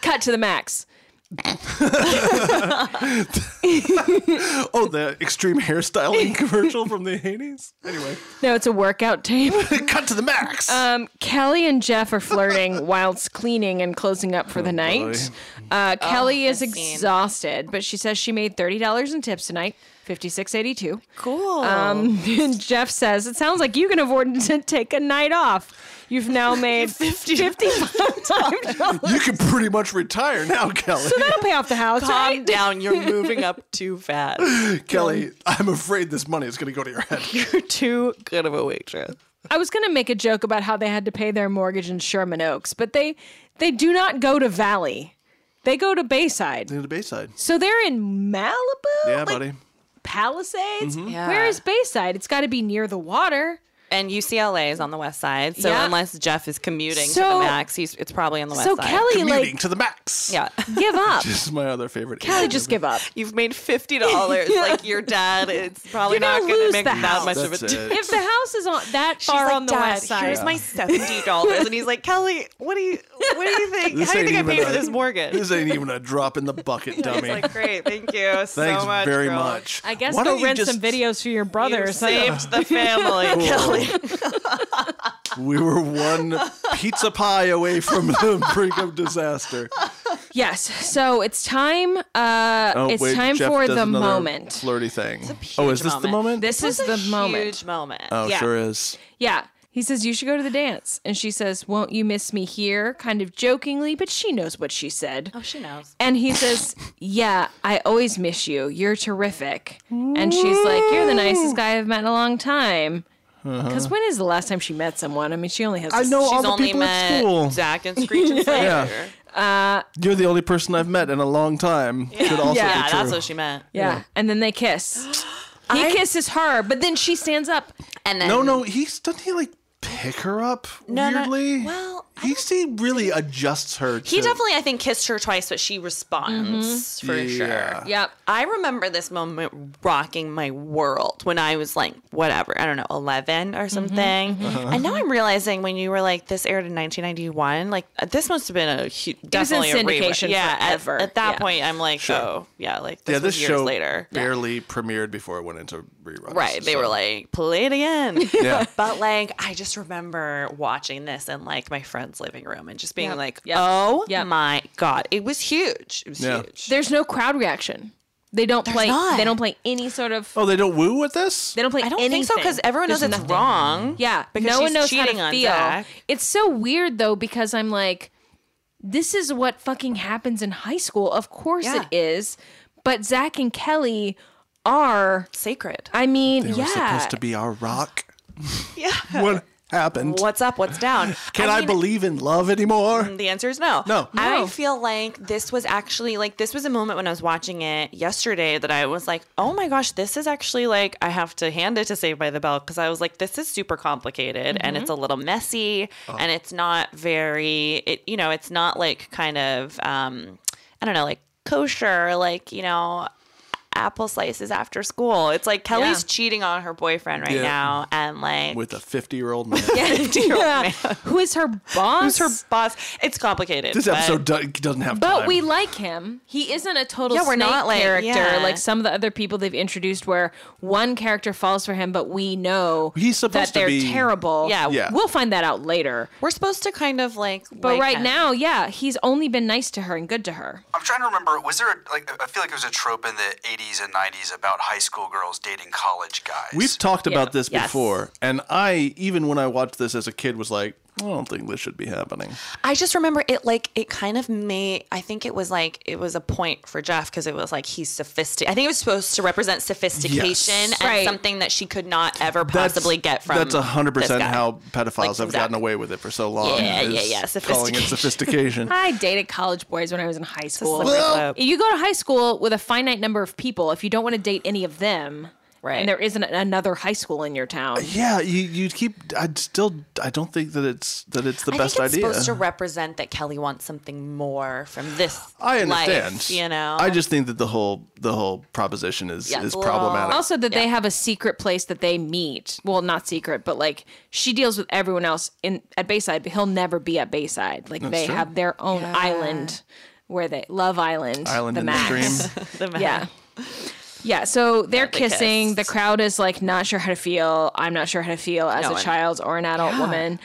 Cut to the max. oh, the extreme hairstyling commercial from the 80s? Anyway. No, it's a workout tape. Cut to the max. Um, Kelly and Jeff are flirting whilst cleaning and closing up Oh, for the night. Uh, Kelly is exhausted, but she says she made thirty dollars in tips tonight, fifty six eighty two. Cool. Um, and Jeff says, "It sounds like you can afford to take a night off. You've now made fifty five dollars. you can pretty much retire now, Kelly. That'll pay off the house, Calm right? down. You're moving up too fast. Kelly, I'm afraid this money is going to go to your head. You're too good of a waitress. I was gonna make a joke about how they had to pay their mortgage in Sherman Oaks, but they they do not go to Valley. They go to Bayside. to Bayside. So they're in Malibu? Yeah, Like, buddy. Palisades? Mm-hmm. Yeah. Where is Bayside? It's got to be near the water. And UCLA is on the west side, so Yeah. unless Jeff is commuting to So- the max, he's it's probably on the west so side. Kelly, Commuting like, to the max. yeah. give up. This is my other favorite. Kelly, just give up. You've made fifty dollars. Like your dad, it's probably You're gonna not going lose to make the that house. much That's of a. it. If the house is on that She's far like, on the "Dad, west side, Here's my seventy dollars, and he's like, Kelly, what do you, what do you think? This How do you ain't think I even paid a- for this mortgage? This ain't even a drop in the bucket, dummy. He's like, great, thank you so Thanks much, very girl. much. I guess Why go don't you rent just- some videos for your brother You or something. saved the family, Kelly. We were one pizza pie away from the brink of disaster. Yes. So it's time. Uh, Oh, it's wait, time Jeff for does the another moment. Flirty thing. Oh, is this the moment? moment. this is the moment. Huge moment. oh, yeah. sure is. Yeah. He says, You should go to the dance. And she says, Won't you miss me here? Kind of jokingly, but she knows what she said. Oh, she knows. And he says, Yeah, I always miss you. You're terrific. And she's like, You're the nicest guy I've met in a long time. Uh-huh. Because is the last time she met someone? I mean, she only has. I this- know all She's the only people at met school. Zach and Screech and Slater. Yeah. yeah. You're the only person I've met in a long time. Could also be true. that's what she meant. Yeah. And then they kiss. He I- kisses her, but then she stands up. And then No, no, he's doesn't he like pick her up No, no, weirdly? well, I he see really adjusts her. He to, definitely, I think, kissed her twice, but she responds for Yeah. sure. Yep. I remember this moment rocking my world when I was like, whatever, I don't know, 11 Mm-hmm, or something. Uh-huh. And now I'm realizing when you were like, this aired in 1991, like uh, this must have been a huge, was in definitely a rerun. syndication Yeah, at- forever. At, that Yeah. point, I'm like, oh, yeah, like this, Yeah, this was years show later. barely premiered before it went into reruns. Right. They were so- like, play it again. Yeah. But like, I just remember watching this in like my friend's living room and just being Yep. like, Yep. oh Yep. my God. It was huge. It was Yeah. huge. There's no crowd reaction. They don't play. not. They don't play any sort of. Oh, they don't woo with this? They don't play. I don't anything. think so because everyone knows There's it's nothing. wrong. Yeah, because no one she's knows how cheating to on feel. Zach. It's so weird though because I'm like, this is what fucking happens in high school. Of course Yeah. it is, but Zach and Kelly are. Sacred. I mean, They were yeah. supposed to be our rock. Yeah. What happened? What's up? What's down? Can I, mean, Mm. believe in love anymore? The answer is no. No. I No. feel like this was actually like this was a moment when I was watching it yesterday that I was like, oh my gosh, this is actually like I have to hand it to Saved by the Bell because I was like, this is super complicated and Mm-hmm. it's a little messy Oh. and it's not very, it you know, it's not like kind of um, I don't know, like kosher, like you know. Apple slices after school. It's like Kelly's Yeah. cheating on her boyfriend right Yeah. now, and like With a 50 year old man. Yeah. Who is her boss? Who's her boss? It's complicated. This but- episode do- doesn't have But time. we like him. He isn't a total Yeah, we're snake not like- character yeah. like some of the other people they've introduced, where one character falls for him, but we know He's supposed that to they're be- terrible. Yeah. Yeah. we'll find that out later. We're supposed to kind of like. But like right him. now, yeah, he's only been nice to her and good to her. I'm trying to remember. Was there a, like? I feel like there was a trope in the 80s and 90s about high school girls dating college guys. We've talked about this Yes. before, and I, even when I watched this as a kid, was like, I don't think this should be happening. I just remember it like it kind of made. I think it was like it was a point for Jeff because it was like he's sophisticated. I think it was supposed to represent sophistication Yes. and Right. something that she could not ever possibly get from. That's hundred this percent guy. how pedophiles Like have Zach. gotten away with it for so long. Yeah, yeah, is yeah, Calling it sophistication. I dated college boys when I was in high school. slippery Well- slope. you go to high school with a finite number of people. If you don't want to date any of them, Right. and there isn't another high school in your town, yeah, you you keep. I still. I don't think that it's that it's the I think best it's idea. supposed to represent that Kelly wants something more from this. I understand. Life, you know. I just think that the whole the whole proposition is Yeah, is it's a little- problematic. Also, that they have a secret place that they meet. Well, not secret, but like she deals with everyone else in at Bayside, but he'll never be at Bayside. Like they true. have their own island where they Love Island, Island the in Max. the stream. The Yeah. Yeah, so they're they kissing. kissed. The crowd is like not sure how to feel. I'm not sure how to feel as No a one- child or an adult woman.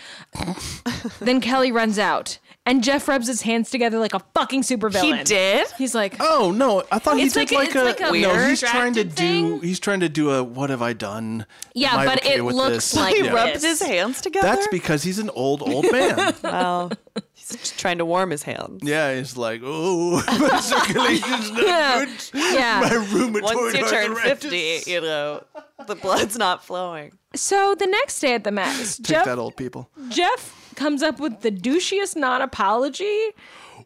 then Kelly runs out, and Jeff rubs his hands together like a fucking supervillain. He did? He's like, Oh no! I thought he It's did like a- like, it's a, like a no. weird He's trying to distracted do. thing. He's trying to do a. What have I done? Yeah, Am I but okay it with looks this? like He Yeah. rubbed rubbed his his hands together. That's because he's an old old man. well, he's just trying to warm his hands. yeah, he's like, oh, my circulation's not Yeah. good. yeah. My rheumatoid Once you turn arthritis. 50, you know, the blood's not flowing. So the next day at the Max, Take Jeff that, old people. Jeff comes up with the douchiest non-apology.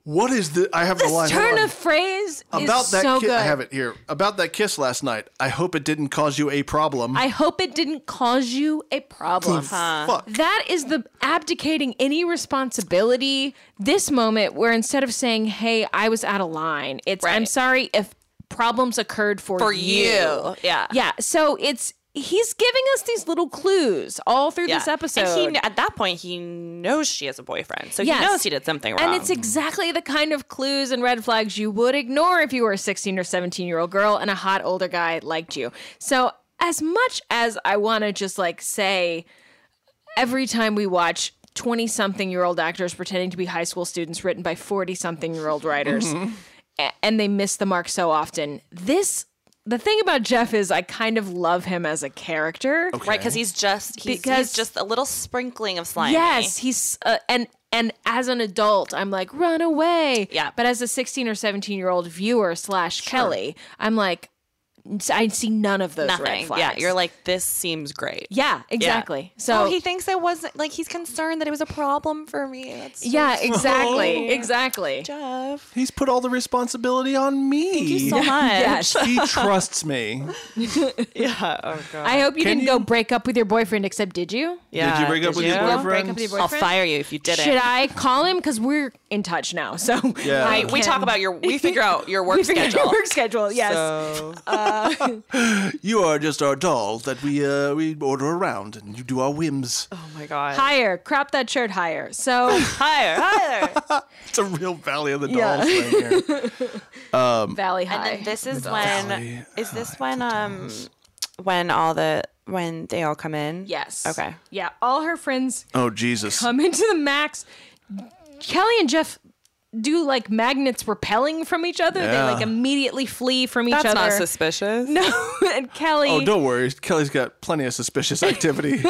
What is the? Oh, I have the This line hold turn on. of phrase about is that. so ki- good. I have it here. About that kiss last night. I hope it didn't cause you a problem. I uh, hope it didn't cause you a problem. Fuck. That is the abdicating any responsibility. This moment where instead of saying, "Hey, I was out of line," it's "I'm Right. sorry if problems occurred for For you." you. Yeah. yeah. So it's he's giving us these little cluws all through this episode. And he, kn- at that point, he knows she has a boyfriend. So Yes. he knows he did something wrong. And it's exactly the kind of clues and red flags you would ignore if you were a 16 or 17 year old girl and a hot older guy liked you. So, as much as I want to just like say, every time we watch 20 something year old actors pretending to be high school students written by 40 something year old writers, Mm-hmm. a- and they miss the mark so often, this. The thing about Jeff is I kind of love him as a character. right because he's just he's, Because- he's just a little sprinkling of slime. Yes, he's uh, and and as an adult, I'm like run away. Yeah. but as a 16 or 17 year old viewer slash Kelly, I'm like, I see none of those red Nothing. flags. Yeah, you're like this seems great. yeah, exactly. So oh, he thinks it wasn't like he's concerned that it was a problem for me. That's so yeah, exactly, exactly. Jeff. He's put all the responsibility on me. So much. Yes. he trusts me. Yeah. Oh god. I hope you Can didn't you- go break up with your boyfriend. Except, did you? Did you break up with your Break boyfriend? up with your I'll boyfriend? fire you if you did Should it. I call him? Because we're in touch now. So Yeah. I Right, We can- talk about your. We figure out your We work figure out your schedule. work schedule. Yes. You are just our doll that we uh, we order around, and you do our whims. Oh my god. Higher. Crop that shirt higher. So Higher. Higher. It's a real Valley of the Dolls Yeah. thing here. Valley And High. then this is when Valley, is this when um when all the when they all come in? yes. Okay. Yeah. All her friends Oh Jesus! come um, into the max. Kelly and Jeff do like magnets repelling from each other. They Yeah. like immediately flee from each That's other. not suspicious. no. And Kelly. oh, don't worry. Kelly's got plenty of suspicious activity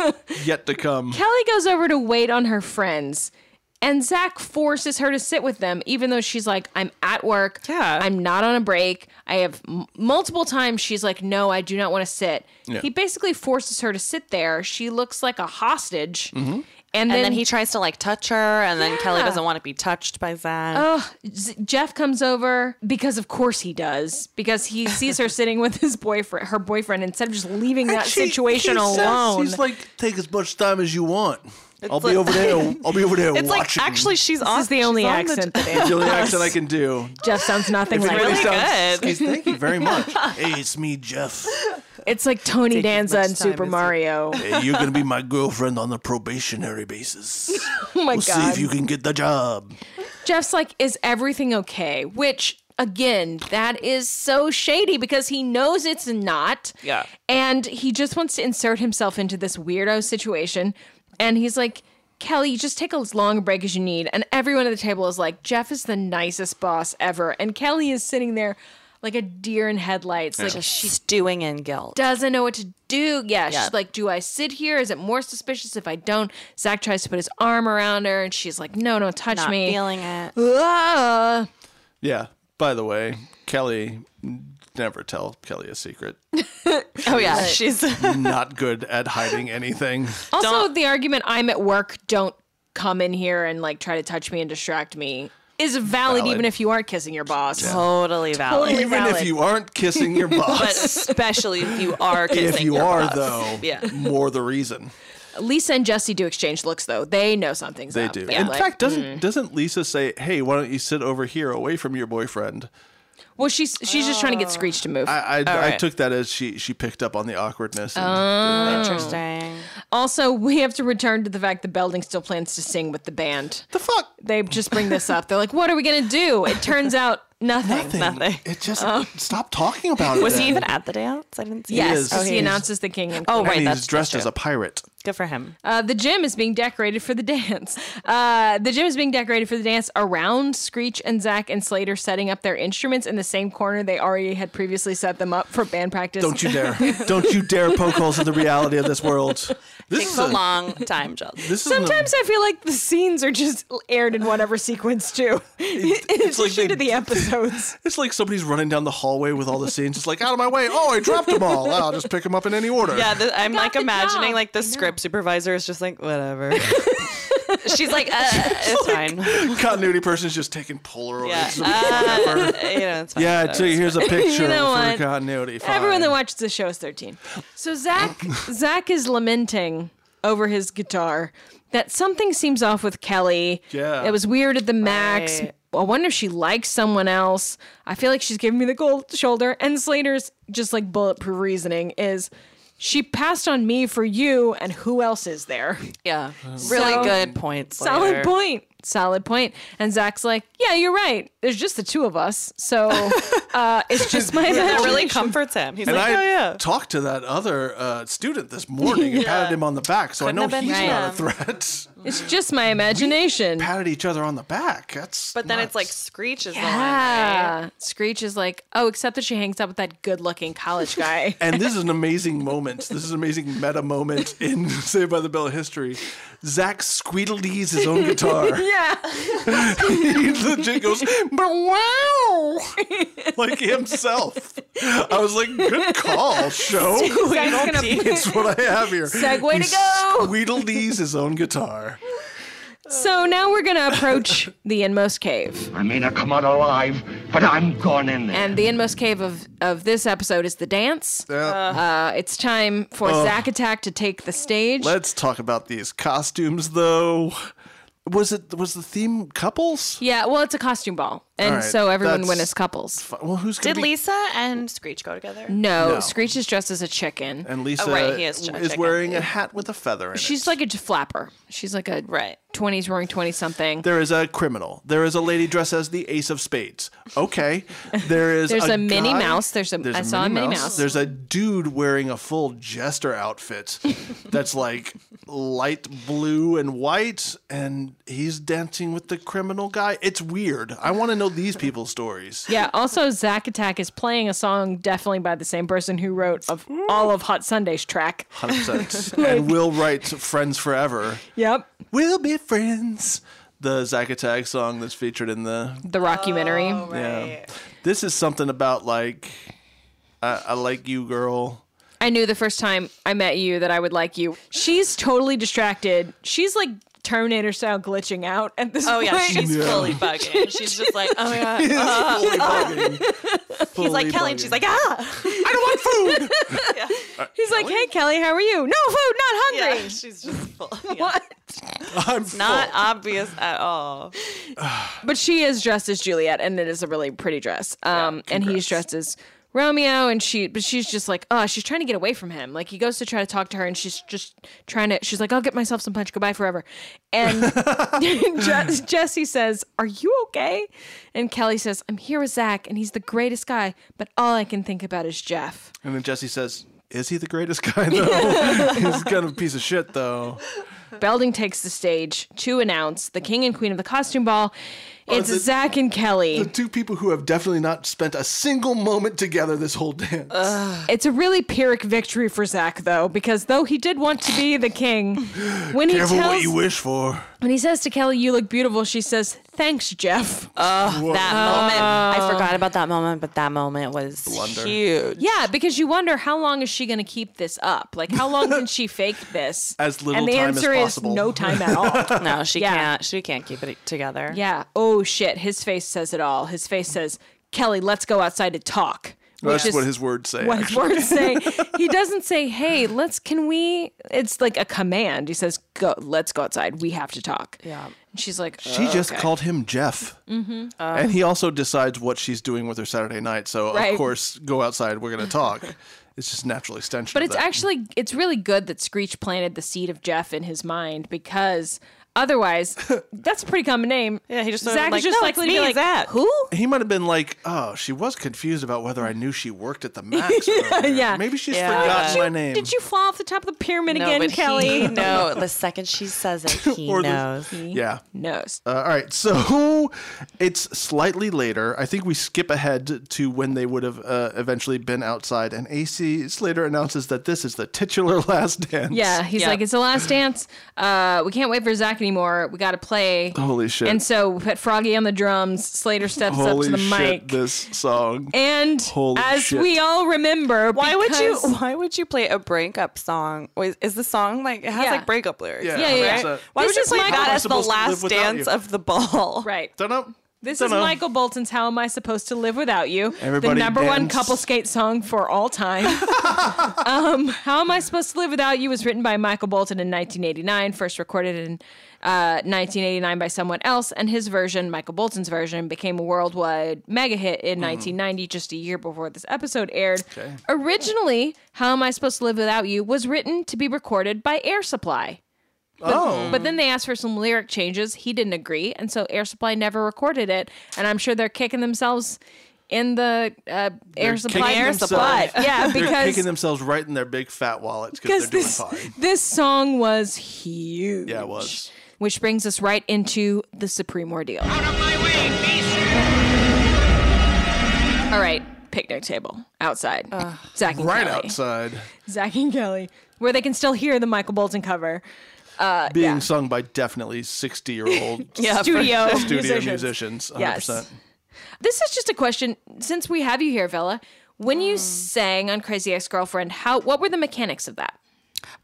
yet to come. Kelly goes over to wait on her friends, and Zach forces her to sit with them, even though she's like, I'm at work. Yeah. I'm not on a break. I have m- multiple times she's like, No, I do not want to sit. Yeah. He basically forces her to sit there. She looks like a hostage. Mm-hmm. And, And then, then he tries to like touch her, and then Kelly Yeah. doesn't want to be touched by Zach. Z- Jeff comes over because, of course, he does because he sees her sitting with his boyfriend, her boyfriend, instead of just leaving that She- situation he says- alone. he's like, take as much time as you want. I'll be like- over there. I'll be over there it's like watching. actually she's this on. is the only she's on accent that It's the only accent I can do. Jeff sounds nothing like. Everybody that. sounds- good. he's- Thank you very much. hey, it's me, Jeff. It's like Tony Danza much and time Super as you- Mario. Hey, you're gonna be my girlfriend on a probationary basis. Oh my We'll see god. if you can get the job. Jeff's like, is everything okay? Which again, that is so shady because he knows it's not. Yeah. And he just wants to insert himself into this weirdo situation. And he's like, Kelly, just take as long a break as you need. And everyone at the table is like, Jeff is the nicest boss ever. And Kelly is sitting there like a deer in headlights. Like Just she stewing in guilt. doesn't know what to do. Yeah, Yeah. she's like, do I sit here? Is it more suspicious if I don't? Zach tries to put his arm around her, and she's like, no, don't touch Not me. feeling it. Ah. Yeah. By the way, Kelly never tell Kelly a secret. Oh yeah, she's Not good at hiding anything. Also, the argument I'm at work, don't come in here and like try to touch me and distract me is valid, Valid. even if you aren't kissing your boss. totally valid. Totally Even valid. if you aren't kissing your But boss. especially if you are kissing if you your are boss. though, Yeah. more the reason. Lisa and Jesse do exchange looks though. They know something's They up. do. Yeah, In like- fact, doesn't hmm. doesn't Lisa say, "Hey, why don't you sit over here, away from your boyfriend"? well, she's she's just trying to get Screech to move. I I, I right. took that as she she picked up on the awkwardness. And Oh. Interesting. also, we have to return to the fact that Belding still plans to sing with the band. The fuck. They just bring this up. They're like, "What are we gonna do?" It turns out Nothing. nothing. Nothing. Oh. It just stop talking about it. Was he then. even at the dance? I didn't see. is. Yes, Oh, because he he's- announces the king. And Oh queen. And right, he's that's that's dressed as true. a pirate. good for him. Uh, the gym is being decorated for the dance. Uh, the gym is being decorated for the dance around Screech and Zach and Slater setting up their instruments in the same corner they already had previously set them up for band practice. Don't you dare! Don't you dare poke holes in the reality of this world. This Takes is a a- long time, Chelsea. This is an- Sometimes I feel like the scenes are just aired in whatever sequence too, in it's like addition they- to the episodes. It's like somebody's running down the hallway with all the scenes. It's like, out of my way. Oh, I dropped them all. I'll just pick them up in any order. Yeah, the, I'm like the imagining job. like the script supervisor is just like whatever. She's like, uh, it's fine. You Continuity person's just taking Polaroids. Yeah. Uh, Ah. of whatever. know, it's fine. yeah whatever. so here's a picture know for what? continuity. Fine. Everyone that watches the show is 13. So Zach Zach is lamenting over his guitar that something seems off with Kelly. Yeah. It was weird at the max. Right. I wonder if she likes someone else. I feel like she's giving me the cold shoulder. And Slater's just like bulletproof reasoning is she passed on me for you, and who else is there? yeah, really So- good points. Solid point. Solid point. And Zach's like, yeah, you're right. There's just the two of us. So uh, it's just my It imagination. really comforts him. He's And like, I oh yeah. talked to that other uh, student this morning and patted him on the back, so Couldn't I have know been he's me. not a threat. It's just my imagination. patted each other on the back. That's. But then nuts. it's like Screech is the one. Yeah. Screech is like, oh, except that she hangs out with that good looking college guy. And this is an amazing moment. This is an amazing meta moment in Saved by the Bell history. Zach squeedledees his own guitar. yeah. he legit goes, but wow. like himself. I was like, good call, show. Zach's gonna- It's what I have here. Segue He to go. Squeedledees his own guitar. so now we're gonna approach the inmost cave, I may not come out alive, but I'm gone in there. and the inmost cave of of this episode is the dance. Uh, it's time for Oh. Zack Attack to take the stage. Let's talk about these costumes, though. Was it was the theme couples? yeah, well, it's a costume ball, and All right, so everyone that's- went as couples. Well, who's gonna Did be- Lisa and Screech go together? No, No. Screech is dressed as a chicken. And Lisa Oh, right, he is is, Jack Jack. wearing a hat with a feather in She's it. like a j- flapper. She's like a Right. twenties roaring twenty something. There is a criminal. There is a lady dressed as the Ace of Spades. Okay. There is There's a, a Minnie guy- Mouse. There's a- Um, I saw a Minnie Mouse. There's a dude wearing a full jester outfit that's like light blue and white, and he's dancing with the criminal guy. It's weird. I want to know these people's stories. Yeah. Also, Zack Attack is playing a song definitely by the same person who wrote of all of Hot Sunday's track. 100%. and we'll write Friends Forever. Yep. We'll be friends. The Zack Attack song that's featured in the The rockumentary. Oh, Yeah. This is something about like I, I like you, girl. I knew the first time I met you that I would like you. She's totally distracted. She's like Terminator style glitching out at this Oh point. yeah, she's Yeah. fully bugging. She's just like, oh yeah. He's Fully bugging. like Fully Kelly, and she's bugging. like, ah. I don't want food. He's like, "Hey Kelly, how are you? No food, not hungry." Yeah, she's just full. yeah. What? I'm full. Not obvious at all. But she is dressed as Juliet, and it is a really pretty dress. Um, and he's dressed as Romeo, and she, but she's just like, oh, she's trying to get away from him. Like he goes to try to talk to her, and she's just trying to. She's like, I'll get myself some punch. Goodbye forever. And Jess, Jesse says, "Are you okay?" And Kelly says, "I'm here with Zach, and he's the greatest guy, but all I can think about is Jeff." And then Jesse says, "Is he the greatest guy though? He's kind of a piece of shit though." Belding takes the stage to announce the king and queen of the costume ball. It's is it- Zach and Kelly. The two people who have definitely not spent a single moment together this whole dance. It's a really pyrrhic victory for Zach, though, because though he did want to be the king, when he Careful what tells, you wish for. when he says to Kelly, "You look beautiful," she says, "Thanks, Jeff." That moment, I forgot about that moment, but that moment was huge. yeah, because you wonder how long is she going to keep this up? Like, how long can she fake this? As little and the time as answer is possible. no time at all. No, she Yeah. can't. She can't keep it together. yeah. Oh shit. His face says it all. His face says, "Kelly, let's go outside to talk." That's which is- what his words say. what his actually. words say. He doesn't say, "Hey, let's." Can we? It's like a command. He says, "Go, let's go outside. We have to talk." Yeah. And she's like, She just "Okay." Uh, called him Jeff. Mm-hmm. and he also decides what she's doing with her Saturday night. So, Right. of course, go outside. We're going to talk. it's just natural extension. But of it's that. actually it's really good that Screech planted the seed of Jeff in his mind because otherwise, that's a pretty common name. Yeah, he just sort of Zach like, is just "No, it's likely to be me, like Zach." Who? He might have been like, oh, she was confused about whether I knew she worked at the Max. earlier. yeah. Maybe she's Yeah. forgotten Did my name. Did you fall off the top of the pyramid No, again, but Kelly? he no. The second she says it, he Or the- knows. Yeah. Knows. Uh, all right. So it's slightly later. I think we skip ahead to when they would have uh, eventually been outside. And AC Slater announces that this is the titular last dance. Yeah, he's Yeah. like, it's the last dance. Uh, we can't wait for Zach anymore. We got to play. Holy shit. And so we put Froggy on the drums. Slater steps up Holy to the shit, mic. this song. and Holy as shit. we all remember, Why would you? because- Why would you play a breakup song? Is, is the song like it has Yeah. like breakup lyrics? Yeah, Yeah, yeah, that's yeah. it. Why This would you is play Michael- that How am I as the supposed to live last without dance you? of the ball? Right. Dunno. This is Dunno. Michael Bolton's "How Am I Supposed to Live Without You," Everybody the number one dance. couple skate song for all time. um, "How Am I Supposed to Live Without You" was written by Michael Bolton in 1989, first recorded in uh, 1989 by someone else, and his version, Michael Bolton's version, became a worldwide mega hit Mm-hmm. in 1990, just a year before this episode aired. Originally, "How Am I Supposed to Live Without You" was written to be recorded by Air Supply. Oh. But then they asked for some lyric changes. He didn't agree, and so Air Supply never recorded it. And I'm sure they're kicking themselves in the uh, Air Supply kicking Air themselves- Supply. Yeah, They're kicking because themselves right in their big fat wallets because because they're this doing fine. this song was huge. Yeah, it was. Which brings us right into the supreme ordeal. Out of my way, All right, picnic table outside. Zach and Right Kelly. outside, Zach and Kelly, where they can still hear the Michael Bolton cover. being sung by definitely 60 year old Yeah, for studio studio musicians. musicians. 100%. Yes. This is just a question since we have you here, Vella. When Hmm. you sang on Crazy Ex Girlfriend, how what were the mechanics of that?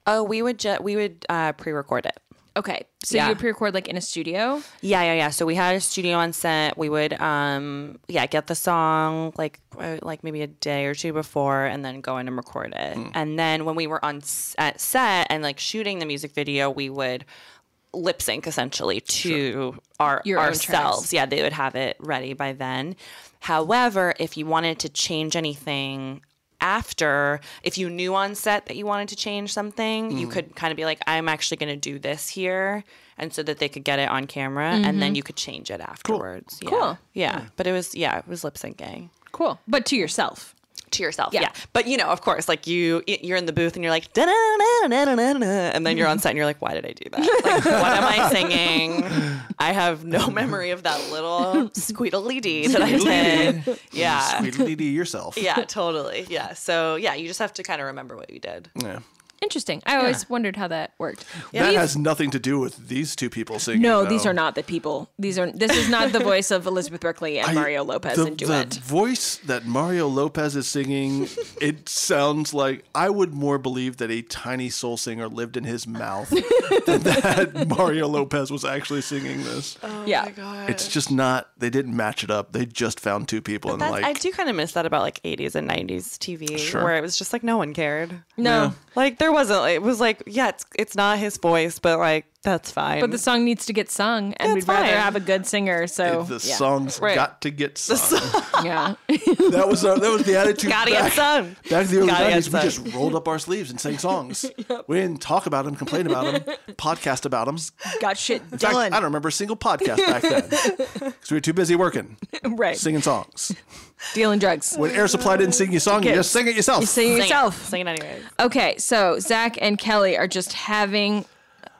Oh, we would ju- we would uh, pre-record it. Okay, so Yeah. you would pre-record like in a studio. Yeah, yeah, yeah. So we had a studio on set. We would, um, yeah, get the song like uh, like maybe a day or two before, and then go in and record it. And then when we were on s- at set and like shooting the music video, we would lip sync essentially to our Your own ourselves. Yeah, they would have it ready by then. However, if you wanted to change anything after, if you knew on set that you wanted to change something, you could kind of be like, I'm actually going to do this here. And so that they could get it on camera and then you could change it afterwards. Yeah. Cool. Yeah. But it was, yeah, it was lip syncing Cool, but to yourself. to yourself. Yeah. Yeah. But you know, of course, like you you're in the booth and you're like da da da da da da and then you're on set and you're like, why did I do that? Like, what am I singing? I have no memory of that little squeedly dee that I did. Yeah. Sweetly to yourself. Uh, Yeah, totally. Yeah. So yeah, you just have to kind of remember what you did. Yeah. Interesting. I always wondered how that worked. That We've- has nothing to do with these two people singing. no, though. these are not the people. These are. This is not the voice of Elizabeth Berkley and I- Mario Lopez the, in the duet. voice that Mario Lopez is singing, it sounds like I would more believe that a tiny soul singer lived in his mouth than that Mario Lopez was actually singing this. Oh, yeah. It's just not. They didn't match it up. They just found two people and That's, like I do kind of miss that about like 80s and 90s TV Sure. where it was just like no one cared. No, Like there wasn't like, it was like yeah, it's it's not his voice, but like that's fine. but the song needs to get sung, and That's we'd rather fine. have a good singer. So the yeah. song's Right. got to get sung. yeah. That was our, that was the attitude. Gotta back, get sung. Back in the early Gotta get nineties, we sung. just rolled up our sleeves and sang songs. We didn't talk about them, complain about them, podcast about them. Got shit In fact, done. I don't remember a single podcast back then because we were too busy working, right. singing songs. Dealing drugs. When Air Supply didn't sing you a song, you Okay. just sing it yourself. You sing it Sing it. yourself. Sing it anyways. Okay, so Zach and Kelly are just having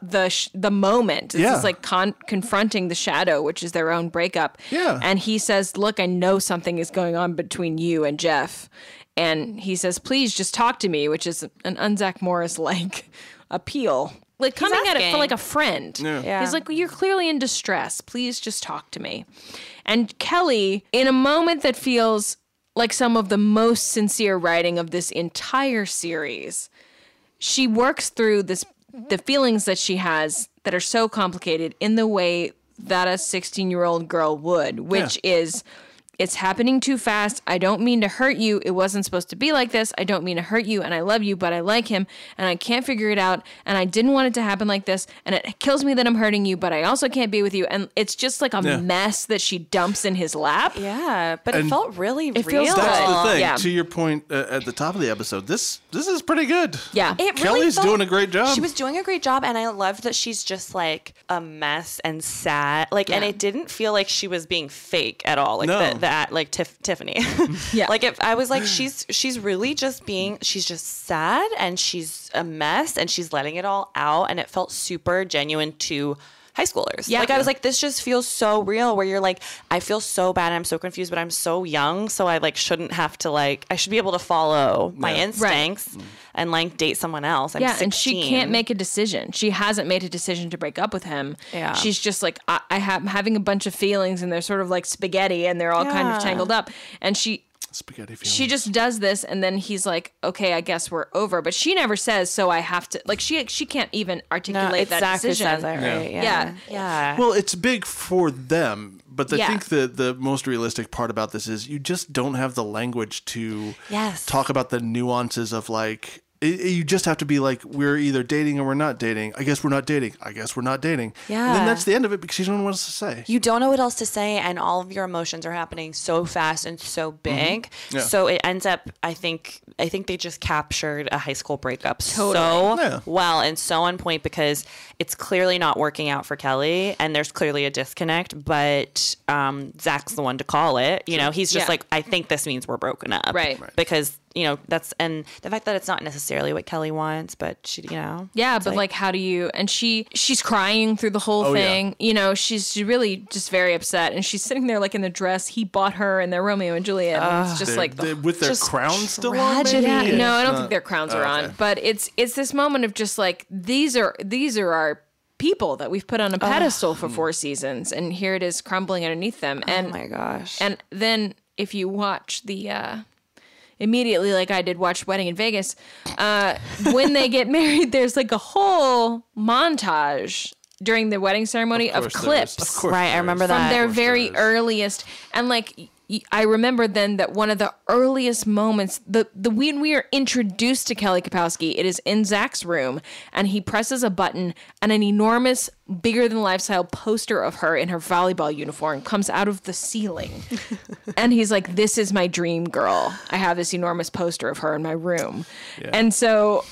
the sh- the moment. This Yeah. is like con- confronting the shadow, which is their own breakup. Yeah. And he says, "Look, I know something is going on between you and Jeff." And he says, "Please just talk to me," which is an unZach Morris like appeal. Like coming at it for asking. like a friend. Yeah. He's like, well, You're clearly in distress. Please just talk to me. And Kelly, in a moment that feels like some of the most sincere writing of this entire series, she works through this the feelings that she has that are so complicated in the way that a 16 year old girl would which is it's happening too fast i don't mean to hurt you it wasn't supposed to be like this i don't mean to hurt you and i love you but i like him and i can't figure it out and i didn't want it to happen like this and it kills me that i'm hurting you but i also can't be with you and it's just like a Yeah. mess that she dumps in his lap Yeah, but And it felt really it feels real. good. That's the thing. Yeah. To your point uh, at the top of the episode, this this is pretty good. Yeah. It really Kelly's felt- doing a great job. She was doing a great job, and I love that she's just like a mess and sad. Like, and it didn't feel like she was being fake at all. Like No. the, that, like Tiff, Tiffany. Yeah. Like if I was like, she's she's really just being, she's just sad, and she's a mess, and she's letting it all out, and it felt super genuine to. High schoolers. Yeah. Like, I was like, this just feels so real where you're like, I feel so bad. I'm so confused, but I'm so young. So I like shouldn't have to like, I should be able to follow my instincts and like date someone else. I'm yeah, and she 16. can't make a decision. She hasn't made a decision to break up with him. Yeah. she's just like I, I have, I'm having a bunch of feelings, and they're sort of like spaghetti, and they're all kind Yeah. of tangled up. And she spaghetti. Feeling. she just does this, and then he's like, "Okay, I guess we're over." But she never says, "So I have to." Like she she can't even articulate that decision. right? Yeah. Yeah. Yeah. Well, it's big for them, but I Yeah. think the the most realistic part about this is you just don't have the language to Yes. talk about the nuances of like i you just have to be like we're either dating or we're not dating. I guess we're not dating. I guess we're not dating. And then Yeah. that's the end of it because you don't know what else to say. you don't know what else to say, and all of your emotions are happening so fast and so big. Mm-hmm. Yeah. So it ends up, I think, I think they just captured a high school breakup so Yeah. well and so on point because it's clearly not working out for Kelly, and there's clearly a disconnect. But um, Zach's the one to call it. You know, he's just Yeah. like, I think this means we're broken up, Right. Right. Because you know that's and the fact that it's not necessarily what Kelly wants, but she, you know, Yeah, but like, how do you? And she she's crying through the whole yeah. thing. You know, she's she's really just very upset, and she's sitting there like in the dress he bought her, and they're Romeo and Juliet. and it's just They're- like the they're- with their just crowns still tragedy. on. maybe? Yeah. No, I It's don't not- think their crowns Oh, are on, okay. but it's it's this moment of just like these are these are our people that we've put on a pedestal for four seasons, and here it is crumbling underneath them. And Oh my gosh. and then if you watch the uh immediately like I did watch Wedding in Vegas, uh when they get married there's like a whole montage during the wedding ceremony of, course there is. clips Of course Right, I there is. remember from that. their course there very is. earliest and like y- I remember then that one of the earliest moments, the the when we are introduced to Kelly Kapowski, it is in Zach's room, and he presses a button, and an enormous, bigger than lifestyle poster of her in her volleyball uniform comes out of the ceiling, and he's like, "This is my dream girl. I have this enormous poster of her in my room," and so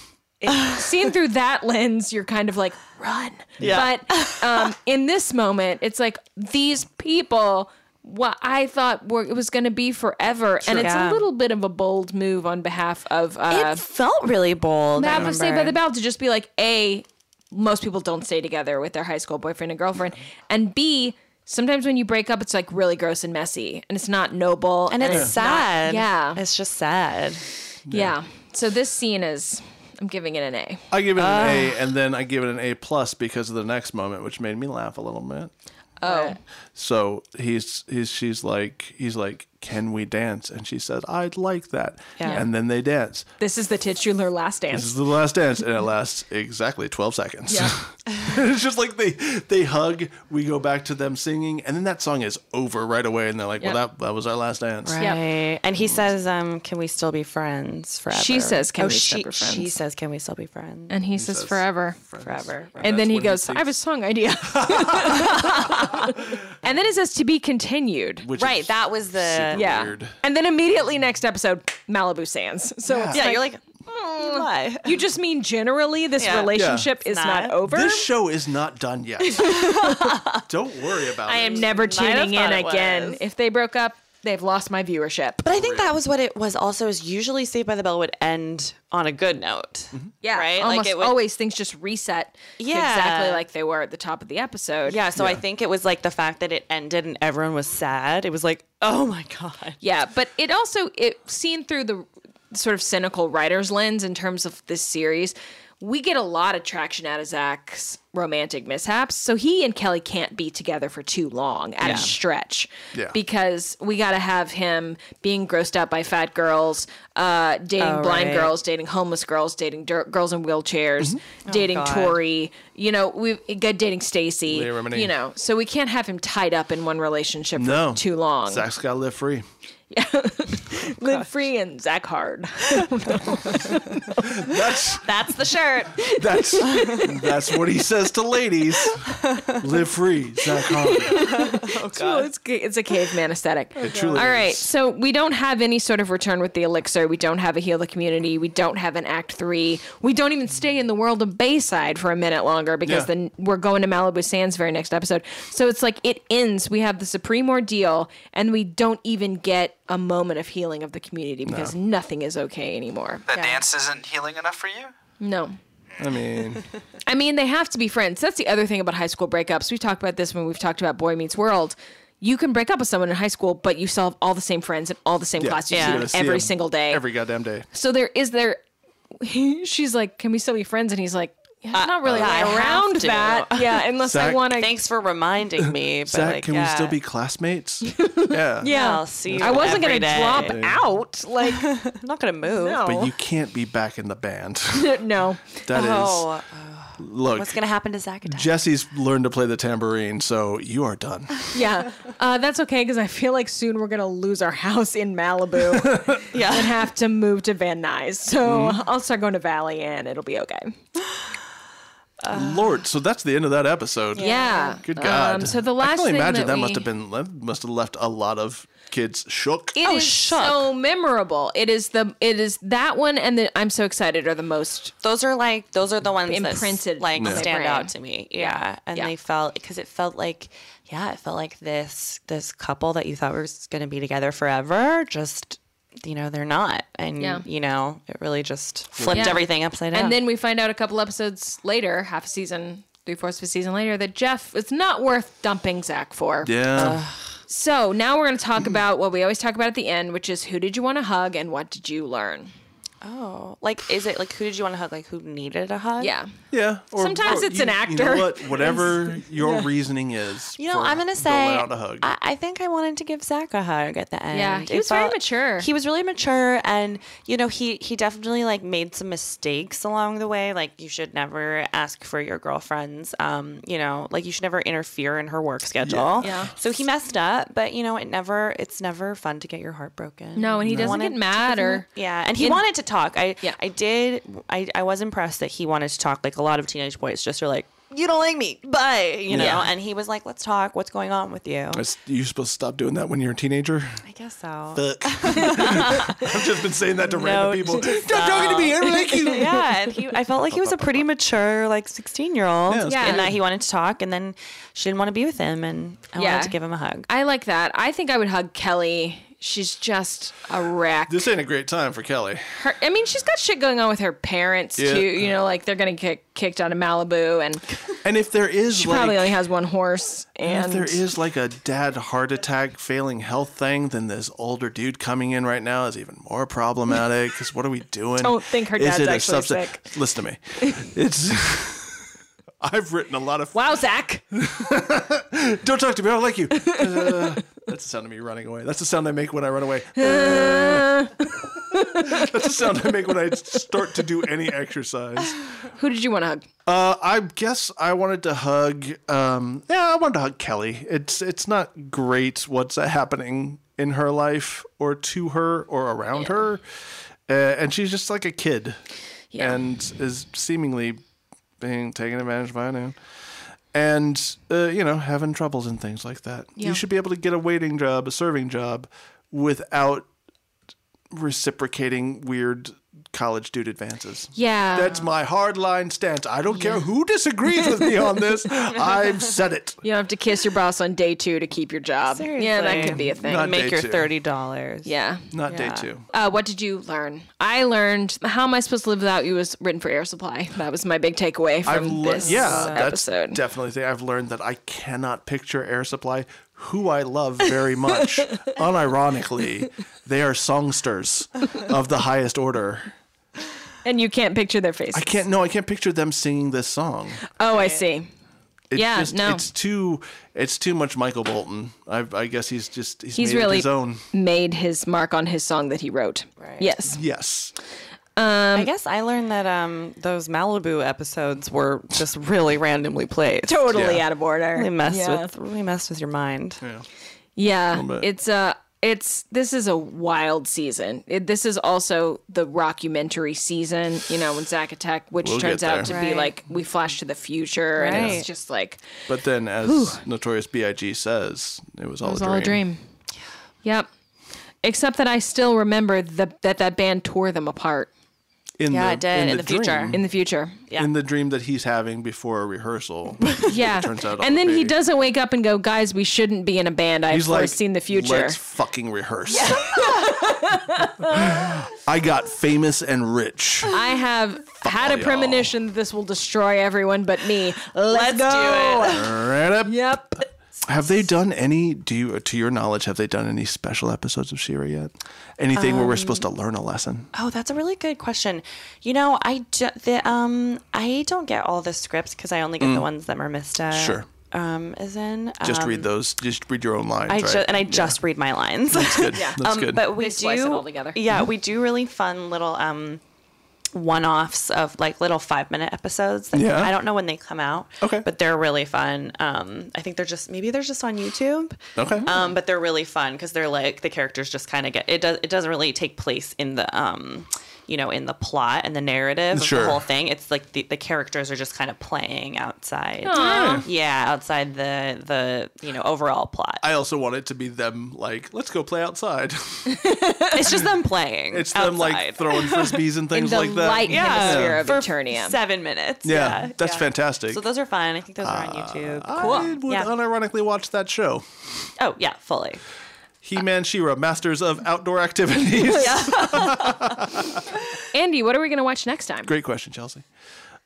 seen through that lens, you're kind of like, run. But um, in this moment, it's like these people, what I thought were it was going to be forever, and it's Yeah. a little bit of a bold move on behalf of uh, it felt really bold. I Map of Saved by remember. the Bell to just be like, a, most people don't stay together with their high school boyfriend and girlfriend, and b. Sometimes when you break up, it's like really gross and messy, and it's not noble, And it's sad. yeah. It's just sad. yeah. So this scene is, I'm giving it an A. I give it an Ah. A, and then I give it an A plus because of the next moment, which made me laugh a little bit. Oh, So he's he's she's like he's like, can we dance? And she says, I'd like that. Yeah. And then they dance. this is the titular last dance. This is the last dance, and it lasts exactly twelve seconds. Yeah. it's just like they they hug. We go back to them singing, and then that song is over right away. And they're like, Yeah. well, that that was our last dance. Right. And he says, um, can we still be friends forever? She says, "Can oh, we still she- be friends?" She says, can we still be friends And he, says, forever. forever? And That's then he when he goes, I have a takes- song idea. and then it says to be continued. Which Right. is That was the. super yeah. weird. And then immediately next episode, Malibu Sands. So it's Yeah. like, "Mm, You're like, "Mm, why? you just mean generally this Yeah. relationship Yeah. is It's not, not. over. This show is not done yet. Don't worry about I it. am never Might have tuning in thought it again. was. If they broke up, they've lost my viewership. But I think that was what it was. Also, is usually Saved by the Bell would end on a good note. Mm-hmm. Yeah, Right? almost it would- always things just reset to Yeah. exactly like they were at the top of the episode. Yeah. So I think it was like the fact that it ended and everyone was sad. It was like, oh my god. Yeah, but it also it seen through the sort of cynical writer's lens in terms of this series. We get a lot of traction out of Zach's romantic mishaps, so he and Kelly can't be together for too long at a stretch. Yeah. Because we got to have him being grossed out by fat girls, uh, dating Oh, blind right. girls, dating homeless girls, dating dir- girls in wheelchairs, dating Mm-hmm. Oh, God. Tori. You know, we got dating Stacy. Leah Remini. You know, so we can't have him tied up in one relationship no for too long. Zach's got to live free. Live free and Zach hard. That's That's the shirt. That's that's what he says to ladies. Live free, Zach Harmon. Well, it's, ca- it's a caveman aesthetic. It Oh, truly All right, is. so we don't have any sort of return with the elixir. We don't have a heal the community. We don't have an act three. We don't even stay in the world of Bayside for a minute longer because Yeah. then we're going to Malibu Sands very next episode. So it's like it ends. We have the supreme ordeal, and we don't even get a moment of healing of the community because nothing is okay anymore. That dance isn't healing enough for you? No. I mean, I mean, they have to be friends. That's the other thing about high school breakups. We've talked about this when we've talked about Boy Meets World. You can break up with someone in high school, but you still have all the same friends and all the same yeah, class. You you're see gonna them see every him single day. every goddamn day. so there is there. she's like, "Can we still be friends?" And he's like, yeah, "I'm not really uh, I around have to." that. Yeah, unless I Zach, want to." Thanks for reminding me. But Zach, like, can yeah. we still be classmates? yeah. yeah, I'll see you I wasn't every gonna day. drop out. Like, I'm not gonna move. no, But you can't be back in the band. no. That is uh, Oh, look. what's gonna happen to Zach? Attack? Jesse's learned to play the tambourine, so you are done. Yeah, uh, that's okay because I feel like soon we're gonna lose our house in Malibu Yeah. and have to move to Van Nuys. So I'll start going to Valley and it'll be okay. Lord, so that's the end of that episode. Yeah. Good God. Um, so the I last can only thing imagine that that we- must have been that must have left a lot of kids shook. It is Oh, shuck. so memorable. It is the it is that one and the I'm so excited are the most. Those are like those are the ones that Imprinted s- like on my stand brain. out to me. Yeah, and Yeah. they felt because it felt like yeah, it felt like this this couple that you thought was going to be together forever just you know they're not, and Yeah. you know it really just flipped Yeah. everything upside down. And then we find out a couple episodes later, half a season, three fourths of a season later, that Jeff is not worth dumping Zach for. Yeah. So now we're going to talk about what we always talk about at the end, which is who did you want to hug and what did you learn? oh, like is it like who did you want to hug? Like who needed a hug? Yeah. Yeah. or- Sometimes or it's you- an You know actor. what? Whatever your reasoning is. You know, for I'm gonna doling say out a hug. I, I think I wanted to give Zach a hug at the end. Yeah, he It was very mature. He was really mature, and you know, he he definitely like made some mistakes along the way. Like you should never ask for your girlfriend's, um, you know, like you should never interfere in her work schedule. Yeah. So he messed up, but you know, it never it's never fun to get your heart broken. No, and he I doesn't wanted get to mad give him a- or- yeah, and he in- wanted to talk. I Yeah. I did. I I was impressed that he wanted to talk. Like a lot of teenage boys just are like. You don't like me. Bye. You know, Yeah. and he was like, "Let's talk. What's going on with you?" It's- You're supposed to stop doing that when you're a teenager. I guess so. Fuck. I've just been saying that to Note random people. to Stop talking to me. I don't like you. yeah, and he, I felt like he was a pretty mature, like sixteen-year-old, Yeah, that's Yeah. and that he wanted to talk, and then she didn't want to be with him, and I Yeah. wanted to give him a hug. I like that. I think I would hug Kelly. She's just a wreck. This ain't a great time for Kelly. her, I mean, she's got shit going on with her parents Yeah. too. You know, like they're getting kick, kicked out of Malibu, and And if there is she like, probably only has one horse. And And if there is like a dad heart attack failing health thing, then this older dude coming in right now is even more problematic. Because what are we doing? Don't think her dad's it a actually subset- sick. Listen to me. It's. I've written a lot of. wow, Zach, Don't talk to me. I don't like you. Uh, that's the sound of me running away. That's the sound I make when I run away. Uh. that's the sound I make when I start to do any exercise. who did you want to hug? Uh, I guess I wanted to hug. Um, yeah, I wanted to hug Kelly. It's it's not great what's happening in her life or to her or around her, uh, and she's just like a kid, Yeah. and is seemingly being taken advantage by now, and uh, you know having troubles and things like that. Yeah. You should be able to get a waiting job, a serving job, without reciprocating weird college dude advances. Yeah, That's my hardline stance. I don't care who disagrees with me on this. I've said it. you don't have to kiss your boss on day two to keep your job. Yeah, that could be a thing. Not day Make your two. thirty dollars. yeah. Not Yeah. day two. Uh, what did you learn? I learned how am I supposed to live without you was written for Air Supply. That was my big takeaway from I've le- this yeah, that's episode. definitely the thing. I've learned that I cannot picture Air Supply, who I love very much. Unironically, they are songsters of the highest order. and you can't picture their faces. I can't. No, I can't picture them singing this song. Oh, I see. It's Yeah, just, no. It's too. It's too much Michael Bolton. I, I guess he's just. He's, He's made it really his own. made his mark on his song that he wrote. Right. Yes. Yes. I guess I learned that um, those Malibu episodes were just really randomly played. totally Yeah. out of order. Really mess yeah. with really mess with your mind. Yeah, bit. it's uh it's this is a wild season. It, this is also the rockumentary season. You know, when Zack Attack, which We'll turns get out to there. be Right. like we flash to the future, and Right. it's just like But then, as Notorious B.I.G. says, it was all, it was all a dream. Yep. Except that I still remember the, that that band tore them apart In Yeah, it did, in the future. dream- in the future. Yeah. In the dream that he's having before a rehearsal. Yeah. turns out all and then the he baby- doesn't wake up and go, guys, we shouldn't be in a band. I've He's like, foreseen the future. Let's fucking rehearse. I got famous and rich. I have had a y'all. premonition that this will destroy everyone but me. Let's, do it. Right up. Yep. Have they done any? Do you, to your knowledge, have they done any special episodes of Shira yet? Anything Um, where we're supposed to learn a lesson? Oh, that's a really good question. You know, I ju- the, um I don't get all the scripts because I only get the ones that Marmista Mm. Sure. um is in. Just um, read those. Just read your own lines. I right? just and I just read my lines. That's good. That's Um, good. Mm-hmm. But we They slice it do all together. Yeah, we do really fun little um, one-offs of like little five-minute episodes. That Yeah. I don't know when they come out. Okay. But they're really fun. Um, I think they're just maybe they're just on YouTube. okay. Um, but they're really fun because they're like the characters just kind of get it. Does it doesn't really take place in the um, you know, in the plot and the narrative Sure. of the whole thing. It's like the, the characters are just kind of playing outside. Aw. Yeah, outside the the you know overall plot. I also want it to be them like, let's go play outside. it's just them playing. It's them like outside. throwing frisbees and In things the like that. light yeah. hemisphere of for Eternium. Seven minutes. that's yeah. fantastic. So those are fun. I think those are on YouTube. I would Yeah. unironically watch that show. oh yeah, fully. He-Man, She-Ra, Masters of Outdoor Activities. Andy, what are we going to watch next time? Great question, Chelsea.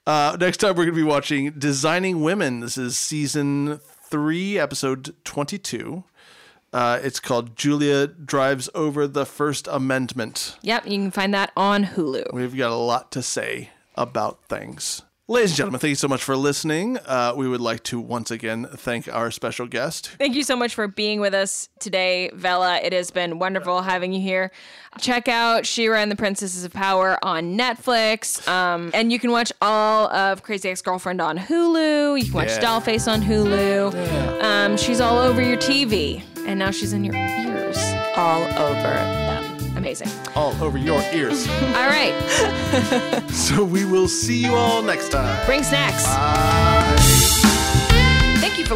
Uh, next time we're going to be watching Designing Women. This is season three, episode twenty-two. Uh, it's called Julia Drives Over the First Amendment. Yep, you can find that on Hulu. We've got a lot to say about things. Ladies and gentlemen, thank you so much for listening. Uh, we would like to once again thank our special guest. Thank you so much for being with us today, Vela. It has been wonderful having you here. Check out Shira and the Princesses of Power on Netflix, um, and you can watch all of Crazy Ex-Girlfriend on Hulu. You can watch Yeah. Dollface on Hulu. Um, she's all over your TV, and now she's in your ears. all over. Amazing. All over your ears. All right, so we will see you all next time. bring snacks. Thank you for